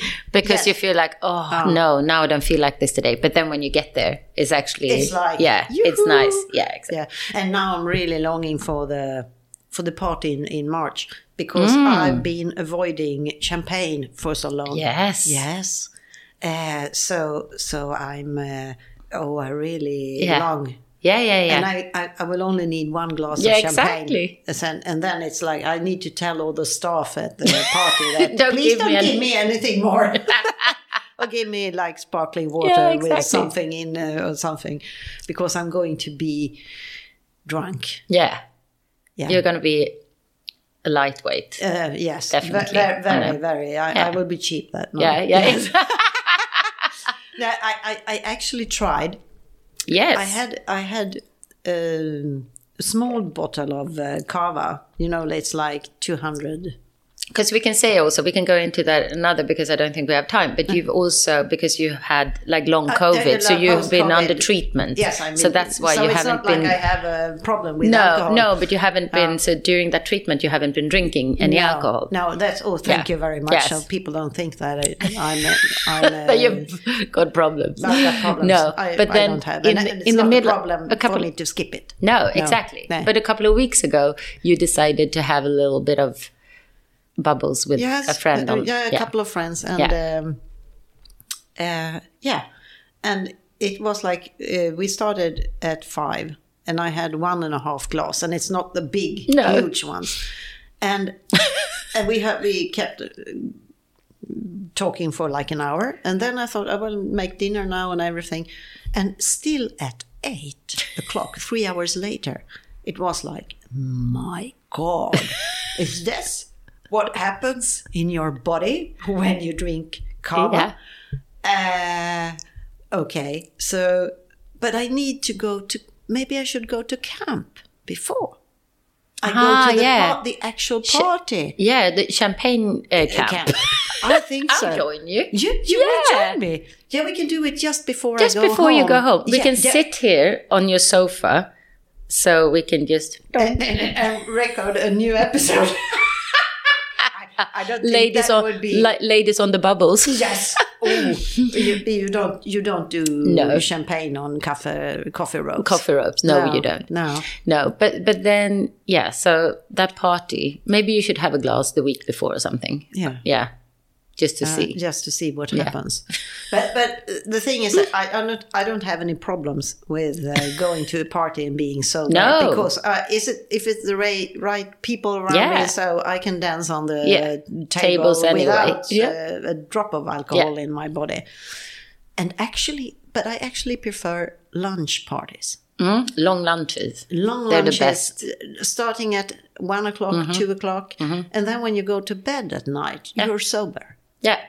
S1: Yes.
S2: because you feel like oh, no now I don't feel like this today but then when you get there it's actually
S1: It's like,
S2: yeah it's
S1: yoo-hoo.
S2: nice yeah exactly
S1: yeah. And now I'm really longing for the for the party in, in March because
S2: Mm.
S1: I've been avoiding champagne for so long.
S2: yes
S1: Yes. Uh, so so I'm. Uh, oh, I really
S2: Yeah.
S1: long.
S2: yeah yeah yeah
S1: And I, I, I will only need one glass
S2: Yeah,
S1: of champagne.
S2: exactly.
S1: And then, and then it's like I need to tell all the staff at the party that
S2: Don't
S1: please
S2: give
S1: don't
S2: me any-
S1: give me anything more. or give me like sparkling water
S2: Yeah, exactly.
S1: with something in uh, or something because I'm going to be drunk.
S2: yeah
S1: Yeah.
S2: you're gonna be a lightweight
S1: Uh, yes,
S2: Definitely.
S1: Very,
S2: I
S1: very,
S2: know.
S1: very. I,
S2: Yeah.
S1: I will be cheap that night.
S2: yeah yeah exactly.
S1: No, I, I, I actually tried
S2: yes
S1: I had I had um, a small bottle of uh, cava. You know, it's like two hundred.
S2: because we can say also we can go into that another because I don't think we have time. But you've also because you had like long COVID,
S1: yeah,
S2: so
S1: long
S2: you've been
S1: post-COVID.
S2: under treatment.
S1: Yes, I mean,
S2: so that's why
S1: so
S2: you
S1: it's
S2: haven't
S1: not
S2: been.
S1: Like I have a problem with
S2: no,
S1: alcohol. Oh.
S2: no, but you haven't been. So during that treatment, you haven't been drinking any
S1: No,
S2: alcohol.
S1: No, that's oh, thank
S2: Yeah.
S1: you very much.
S2: Yes.
S1: So people don't think that I, I'm. a- I'm a-
S2: But you've got problems.
S1: I've got problems.
S2: No,
S1: I,
S2: but
S1: I
S2: then
S1: don't have.
S2: in,
S1: and
S2: the-
S1: it's
S2: in the
S1: not
S2: middle,
S1: a problem
S2: a couple.
S1: for me to skip it.
S2: no, exactly.
S1: no.
S2: But a couple of weeks ago, you decided to have a little bit of bubbles with
S1: yes,
S2: a friend.
S1: uh,
S2: On,
S1: yeah, a couple of friends, and
S2: Yeah.
S1: um, uh, yeah, and it was like uh, we started at five, and I had one and a half glass, and it's not the big,
S2: No.
S1: huge ones, and and we had we kept. uh, Talking for like an hour, and then I thought I will make dinner now and everything, and still at eight o'clock, three hours later, it was like, my god, is this what happens in your body when you drink cava? Uh, okay, so, but I need to go to, maybe I should go to camp before. I
S2: Ah,
S1: go to the,
S2: yeah.
S1: par- the actual party.
S2: Yeah, the champagne uh, camp.
S1: I think so.
S2: I'll join you.
S1: You, you
S2: Yeah.
S1: will join me. Yeah, we can do it just before
S2: just
S1: I go
S2: before
S1: home.
S2: you go home we
S1: Yeah,
S2: can
S1: yeah.
S2: sit here on your sofa so we can just
S1: and, and, and record a new episode. I, I don't think
S2: ladies
S1: that
S2: on
S1: would be
S2: li- ladies on the bubbles
S1: Yes. Oh, you, you don't you don't do
S2: No.
S1: champagne on coffee coffee ropes.
S2: coffee ropes no, you don't
S1: No.
S2: no but but then yeah so that party maybe you should have a glass the week before or something
S1: Yeah.
S2: yeah just to
S1: uh,
S2: see.
S1: just to see what happens. But but the thing is, that I I'm not, I don't have any problems with uh, going to a party and being so
S2: No.
S1: loud, because uh, is it if it's the right right people around
S2: Yeah.
S1: me, so I can dance on the
S2: Yeah.
S1: table
S2: Tables anyway.
S1: without
S2: Yeah.
S1: uh, a drop of alcohol in my body. And actually, but I actually prefer lunch parties.
S2: Mm, Long lunches.
S1: Long
S2: They're the
S1: lunches,
S2: best. Mm-hmm.
S1: uh, starting at one o'clock, two o'clock, and then when you go to bed at night, you're sober
S2: Yeah.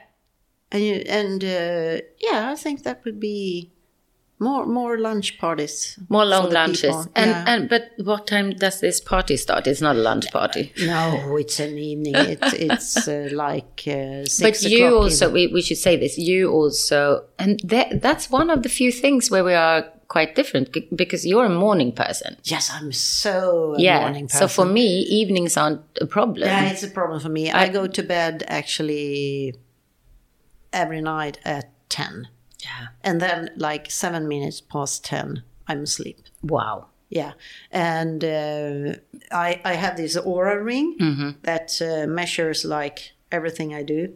S1: and you, and uh, yeah, I think that would be more more lunch parties,
S2: More long
S1: for the
S2: lunches.
S1: people.
S2: And
S1: Yeah.
S2: and but what time does this party start? It's not a lunch party.
S1: no, it's an evening. It, it's uh, like uh, six
S2: But you
S1: o'clock
S2: also, we, we should say this, you also, and that, that's one of the few things where we are quite different be- because you're a morning person.
S1: yes, I'm so a
S2: Yeah.
S1: morning person.
S2: So for me, evenings aren't a problem.
S1: yeah, it's a problem for me. I go to bed actually every night at ten,
S2: Yeah.
S1: and then like seven minutes past ten, I'm asleep.
S2: Wow.
S1: Yeah, and uh, I I have this aura ring
S2: Mm-hmm.
S1: that uh, measures like everything I do.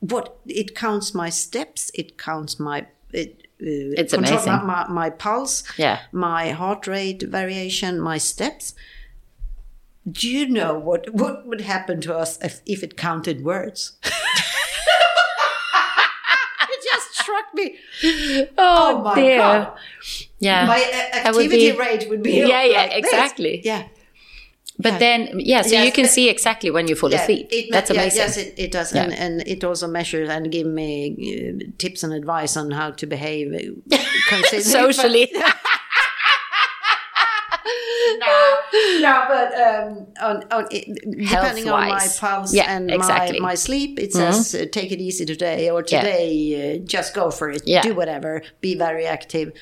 S1: What it counts my steps, it counts my it. Uh,
S2: It's
S1: control-
S2: amazing.
S1: My, my, my pulse,
S2: Yeah.
S1: my heart rate variation, my steps. Do you know what what would happen to us if, if it counted words? it just struck me. Oh, my god!
S2: Yeah.
S1: My uh,
S2: That would
S1: activity
S2: be-
S1: rate would be
S2: Yeah, yeah,
S1: like this.
S2: exactly.
S1: Yeah.
S2: But then, yeah, so
S1: Yes,
S2: you can
S1: but-
S2: see exactly when you fall asleep.
S1: It,
S2: That's
S1: yeah,
S2: amazing.
S1: yes, it, it does, and, and it also measures and give me uh, tips and advice on how to behave uh, considering-
S2: Socially.
S1: no, no, but um, on, on it, depending on my
S2: Health-wise.
S1: pulse
S2: Yeah,
S1: and
S2: exactly. Mm-hmm.
S1: my, my sleep, it says uh, take it easy today or
S2: Yeah.
S1: today uh, just go for it,
S2: Yeah.
S1: do whatever, be very active.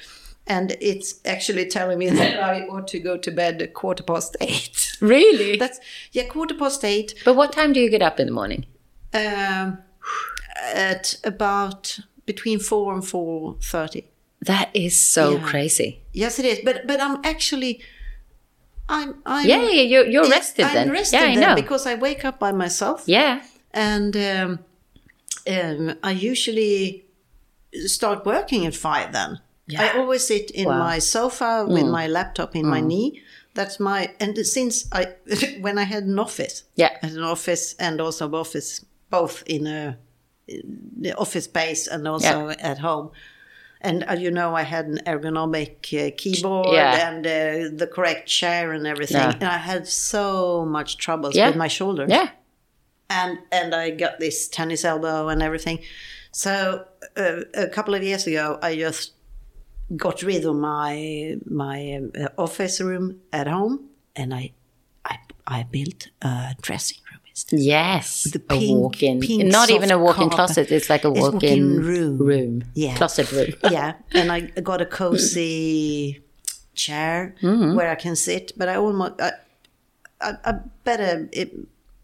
S1: And it's actually telling me that I ought to go to bed at quarter past eight.
S2: really?
S1: That's yeah, quarter past eight.
S2: but what time do you get up in the morning?
S1: um, at about between four and four thirty.
S2: That is so
S1: Yeah.
S2: crazy.
S1: Yes, it is. But but I'm actually, I'm I'm
S2: Yeah, yeah, you're, you're rested
S1: I'm
S2: then.
S1: rested
S2: yeah, I
S1: then
S2: know.
S1: because I wake up by myself
S2: yeah,
S1: and um, um, I usually start working at five. Then I always sit in my sofa with
S2: Mm.
S1: my laptop in my knee. That's my and since I when I had an office,
S2: Yeah.
S1: I had an office and also office both in a the office space and also at home. And uh, you know, I had an ergonomic uh, keyboard
S2: Yeah.
S1: and uh, the correct chair and everything.
S2: Yeah.
S1: And I had so much troubles
S2: Yeah.
S1: with my shoulders
S2: yeah,
S1: and and I got this tennis elbow and everything. So uh, a couple of years ago, I just got rid of my my um, uh, office room at home, and I I, I built a dressing room instead.
S2: yes. The
S1: pink-
S2: a walk-in,
S1: pink
S2: not even a
S1: soft
S2: walk-in
S1: carpet.
S2: closet. It's like a
S1: It's
S2: walk-in,
S1: walk-in room.
S2: room,
S1: Yeah.
S2: closet room.
S1: yeah, and I got a cozy chair
S2: Mm-hmm.
S1: where I can sit, but I almost I, I, I better. It,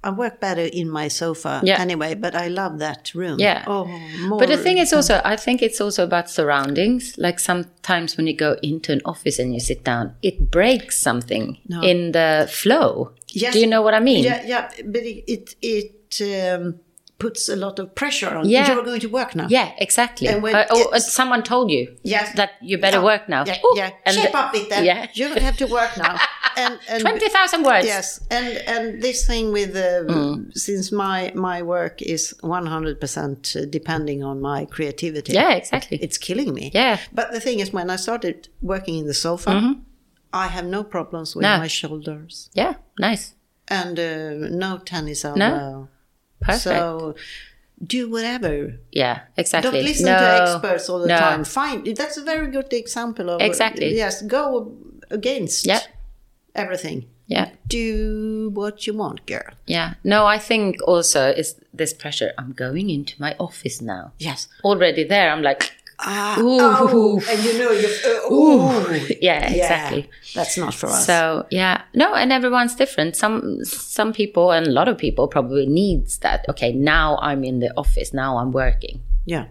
S1: I work better in my sofa
S2: Yeah.
S1: anyway, but I love that room.
S2: Yeah.
S1: Oh, more.
S2: But the thing is also, I think it's also about surroundings. Like sometimes when you go into an office and you sit down, it breaks something
S1: No.
S2: in the flow.
S1: Yes.
S2: Do you know what I mean?
S1: Yeah, yeah, but it it, it um, puts a lot of pressure on.
S2: Yeah.
S1: you're going to work now.
S2: Yeah, exactly.
S1: And when-
S2: Uh, or, or someone told you
S1: Yes.
S2: that you better work now.
S1: yeah,
S2: Ooh,
S1: yeah.
S2: and
S1: Shape
S2: the-
S1: up with that.
S2: Yeah.
S1: you don't have to work now. And, and
S2: 20,000 words.
S1: Yes, and and this thing with uh,
S2: Mm.
S1: since my my work is one hundred percent depending on my creativity.
S2: Yeah, exactly.
S1: it's killing me.
S2: Yeah. Mm-hmm.
S1: but the thing is, when I started working in the sofa, I have no problems with
S2: No.
S1: my shoulders
S2: yeah, nice.
S1: and uh, no tennis elbow.
S2: Perfect.
S1: So do whatever.
S2: yeah, exactly.
S1: Don't listen
S2: No,
S1: to experts all the
S2: no.
S1: time. Find that's a very good example of
S2: Exactly.
S1: Yes, go against
S2: Yeah.
S1: everything.
S2: Yeah,
S1: Do what you want, girl.
S2: yeah. No, I think also is this pressure. I'm going into my office now.
S1: Yes.
S2: Already there, I'm like,
S1: Ah,
S2: Ooh.
S1: oh, and you know you. Uh, ooh.
S2: yeah, exactly.
S1: That's not for us.
S2: So yeah, no, and everyone's different. Some some people and a lot of people probably needs that. Okay, now I'm in the office. Now I'm working.
S1: yeah.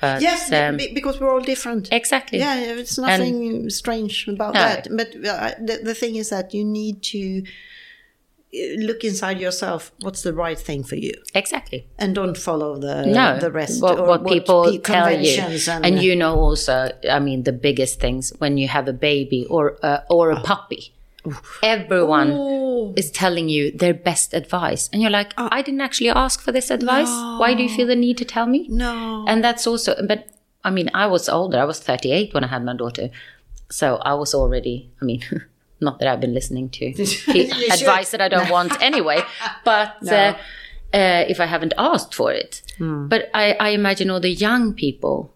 S2: But,
S1: Yes,
S2: um,
S1: be- because we're all different.
S2: exactly.
S1: Yeah, yeah, it's nothing strange about
S2: No.
S1: that. But uh, the, the thing is that you need to look inside yourself. What's the right thing for you?
S2: Exactly.
S1: and don't follow the
S2: no,
S1: the rest
S2: what,
S1: or
S2: what people
S1: pe-
S2: tell you,
S1: conventions
S2: and, you know also. I mean, the biggest things when you have a baby or uh, or
S1: Oh.
S2: a puppy, everyone is telling you their best advice, and you're like,
S1: Oh.
S2: I didn't actually ask for this advice. Why do you feel the need to tell me?
S1: no
S2: And that's also, but I mean, I was older. I was 38 when I had my daughter. So I was already, I mean, not that I've been listening to pe-
S1: You
S2: advice that I don't want anyway, but uh, uh, if I haven't asked for it.
S1: Hmm.
S2: But I, I imagine all the young people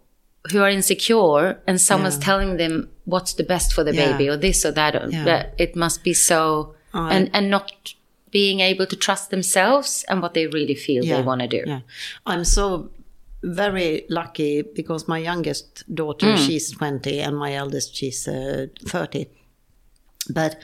S2: who are insecure and someone's telling them what's the best for the
S1: Yeah.
S2: baby or this or that, or,
S1: Yeah. Oh,
S2: that it must be so, and, and not being able to trust themselves and what they really feel they want to do.
S1: Yeah, I'm so very lucky because my youngest daughter
S2: Hmm.
S1: she's 20 and my eldest she's uh, 30. But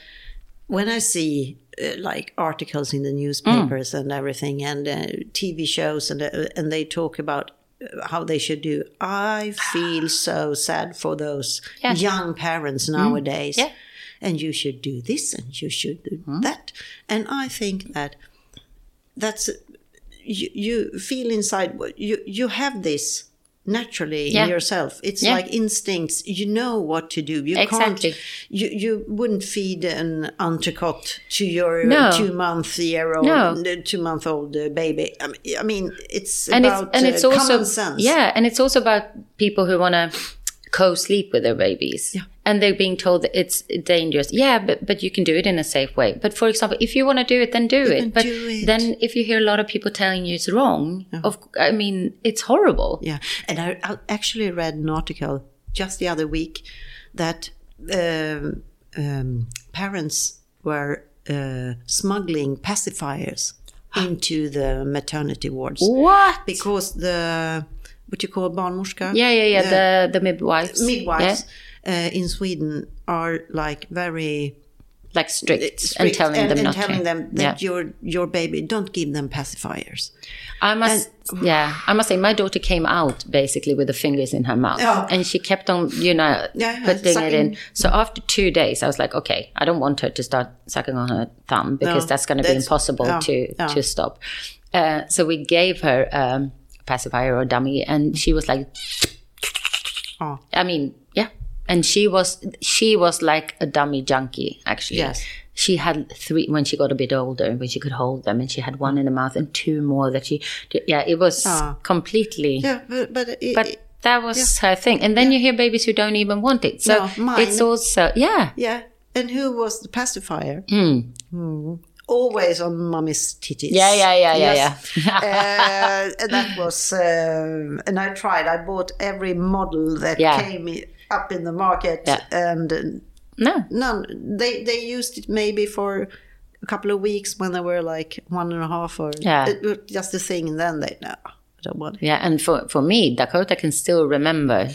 S1: when I see uh, like articles in the newspapers
S2: Hmm.
S1: and everything and uh, TV shows and uh, and they talk about uh, how they should do, I feel so sad for those
S2: Yes.
S1: young parents nowadays.
S2: Hmm. Yeah.
S1: And you should do this and you should do
S2: Hmm?
S1: that. And I think that that's you, you feel inside what- you you have this naturally
S2: Yeah.
S1: in yourself it's
S2: Yeah.
S1: like instincts you know what to do you
S2: Exactly.
S1: can't you, you wouldn't feed an entrecote to your
S2: No.
S1: two month year old
S2: No.
S1: two month old uh, baby I mean, I mean it's
S2: and
S1: about
S2: it's and it's
S1: uh,
S2: also
S1: common sense
S2: yeah and it's also about people who want to co-sleep with their babies yeah. and they're being told that it's dangerous yeah but but you can do it in a safe way but for example if you want to do it then do it but
S1: do it.
S2: then if you hear a lot of people telling you it's wrong of i mean it's horrible
S1: Yeah, and I, I actually read an article just the other week that um, um, parents were uh, smuggling pacifiers into the maternity wards
S2: Ah. what
S1: because the what you call barnmorska,
S2: yeah yeah yeah the the midwives
S1: midwives
S2: yeah,
S1: uh, in Sweden are like very
S2: like strict, and
S1: strict
S2: telling
S1: and,
S2: them
S1: and
S2: not
S1: telling
S2: to
S1: them that your your baby don't give them pacifiers.
S2: I must, yeah, I must say, my daughter came out basically with the fingers in her mouth,
S1: Oh.
S2: and she kept on, you know,
S1: Yeah, yeah,
S2: putting it in.
S1: sucking.
S2: So after two days, I was like, okay, I don't want her to start sucking on her thumb because
S1: No,
S2: that's going to be
S1: that's- oh,
S2: impossible
S1: yeah,
S2: to
S1: yeah.
S2: to stop. Uh, so we gave her um, pacifier or dummy, and she was like,
S1: Oh.
S2: I mean, yeah. And she was she was like a dummy junkie actually.
S1: Yes.
S2: She had three when she got a bit older when she could hold them and she had one in the mouth and two more that she yeah, it was
S1: Ah.
S2: completely
S1: Yeah, but but, it,
S2: but that was her thing. And then you hear babies who don't even want it. So
S1: No, mine.
S2: it's also yeah.
S1: Yeah. And who was the pacifier? Hmm. Always on mummy's titties.
S2: Yeah, yeah, yeah, yeah, yeah.
S1: uh, and that was, um, and I tried. I bought every model that
S2: Yeah.
S1: came i- up in the market,
S2: Yeah.
S1: and uh,
S2: No.
S1: none. They they used it maybe for a couple of weeks when they were like one and a half or
S2: Yeah.
S1: it was just a thing, and then they no, I don't want it.
S2: Yeah, and for, for me, Dakota can still remember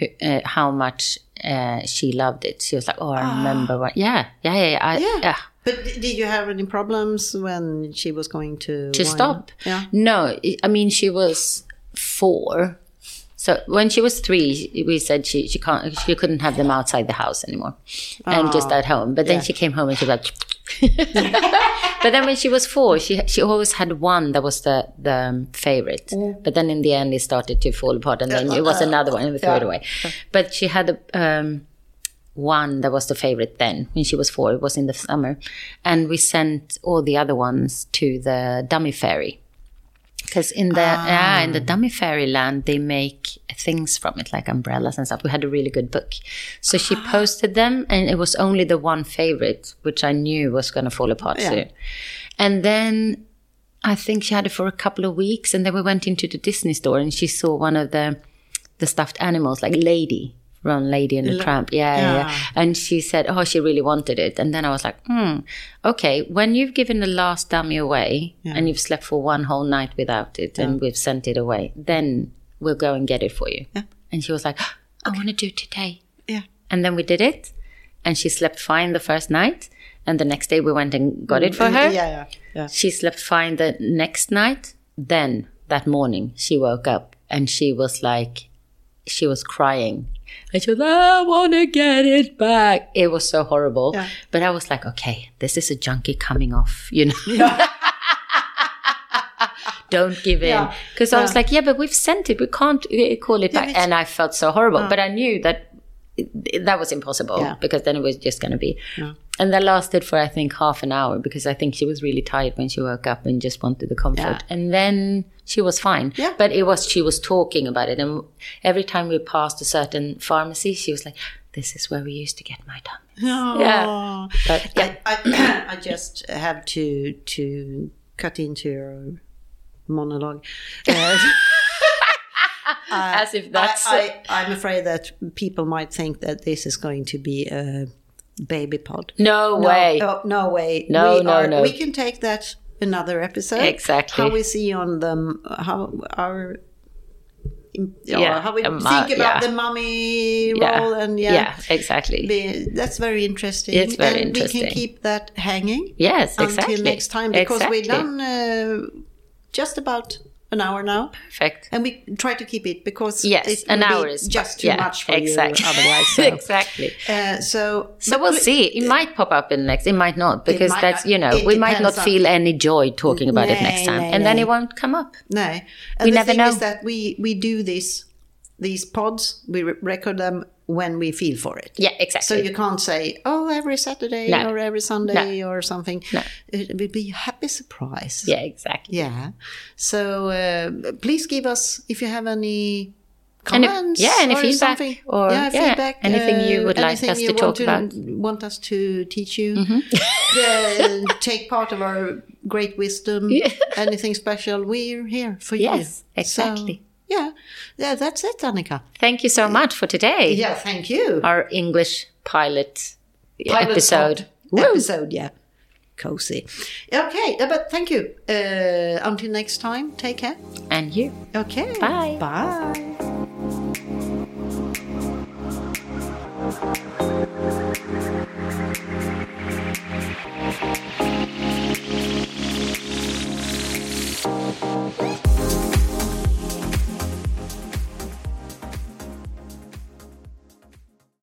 S2: who, uh, how much uh, she loved it. She was like, "Oh, I remember when." Yeah, yeah, yeah, yeah. I,
S1: Ah. Yeah.
S2: yeah.
S1: But d- did you have any problems when she was going to
S2: to
S1: wine?
S2: stop.
S1: Yeah.
S2: No, I- I mean she was four. So when she was three, we said she, she can't she couldn't have them outside the house anymore, and just at home. But then she came home and she was like. but then when she was four, she she always had one that was the the um, favorite. But then in the end, it started to fall apart, and then it was another one, and we threw it away. But she had a. Um, one that was the favorite then when she was four. It was in the summer, and we sent all the other ones to the dummy fairy because in the yeah in the dummy fairy land they make things from it like umbrellas and stuff. We had a really good book, so she posted them, and it was only the one favorite which I knew was going to fall apart soon. And then I think she had it for a couple of weeks, and then we went into the Disney store and she saw one of the the stuffed animals, like Lady from Lady and the Tramp. Yeah, yeah, yeah. And she said, "Oh, she really wanted it." And then I was like, "Hmm, okay." When you've given the last dummy away and you've slept for one whole night without it, and we've sent it away, then we'll go and get it for you. And she was like, "Oh, "I want to do it today."
S1: Yeah.
S2: And then we did it, and she slept fine the first night. And the next day we went Mm, and got it for her.
S1: Yeah, yeah, yeah.
S2: She slept fine the next night. Then that morning, she woke up and she was like, she was crying. And she was, I want to get it back. It was so horrible.
S1: Yeah.
S2: But I was like, okay, this is a junkie coming off, you know. Don't give in.
S1: Yeah.
S2: Because I was like, yeah, but we've sent it. We can't uh, call it back.
S1: but-
S2: And I felt so horrible. But I knew that it- that was impossible
S1: Yeah.
S2: because then it was just going to be. And that lasted for, I think, half an hour because I think she was really tired when she woke up and just wanted the comfort.
S1: Yeah.
S2: And then she was fine.
S1: Yeah.
S2: But it was, she was talking about it. And every time we passed a certain pharmacy, she was like, this is where we used to get my tummy.
S1: Yeah.
S2: But yeah,
S1: I, I, I just have to to cut into your monologue. Uh,
S2: as if that's.
S1: I, I, I'm afraid that people might think that this is going to be a baby pod.
S2: no
S1: No,
S2: way.
S1: oh, no way.
S2: No,
S1: we
S2: no,
S1: are-
S2: no.
S1: We can take that another episode.
S2: Exactly.
S1: How we see on them, how our. Yeah,
S2: Yeah,
S1: how we
S2: um,
S1: think
S2: uh,
S1: about
S2: yeah.
S1: the mummy
S2: Yeah.
S1: role and
S2: yeah.
S1: yeah,
S2: exactly.
S1: Be- that's very interesting.
S2: It's very
S1: and We
S2: interesting.
S1: can keep that hanging
S2: yes, exactly.
S1: until next time because we've
S2: Exactly.
S1: done uh, just about an hour now.
S2: Perfect.
S1: And we try to keep it because
S2: Yes,
S1: it
S2: an
S1: will be
S2: hour is
S1: just too
S2: yeah,
S1: much for
S2: exactly.
S1: you otherwise. So,
S2: exactly.
S1: uh, so,
S2: So we'll see. It might pop up in next. It might not because
S1: might
S2: that's
S1: not.
S2: you know
S1: It
S2: we might not
S1: depends on-
S2: feel any joy talking about it
S1: Nay,
S2: next time,
S1: nay,
S2: and then
S1: nay.
S2: it won't come up.
S1: No, and
S2: We
S1: the
S2: never
S1: thing
S2: know.
S1: is that we we do these these pods. We re- record them when we feel for it.
S2: Yeah,
S1: So
S2: exactly.
S1: you can't say, oh, every Saturday
S2: No.
S1: or every Sunday or something.
S2: No.
S1: It would be a happy surprise.
S2: yeah, exactly.
S1: Yeah. So uh, please give us if you have any
S2: And if-
S1: comments.
S2: yeah, any
S1: or
S2: feedback
S1: something. uh,
S2: or- yeah, anything you would like
S1: anything
S2: us
S1: you
S2: to
S1: want
S2: talk
S1: to,
S2: about. Mm-hmm.
S1: Want us to teach you? uh, take part of our great wisdom.
S2: Yeah.
S1: Anything special? We're here for you.
S2: Yes, exactly.
S1: So, yeah, yeah. That's it, Annika.
S2: Thank you so much for today.
S1: Yeah, thank you.
S2: Our English pilot,
S1: Pilot
S2: episode.
S1: pod
S2: Woo.
S1: Episode, yeah. Cozy. Okay, uh, but thank you. Uh, until next time, take care.
S2: And you.
S1: Okay.
S2: Bye.
S1: Bye.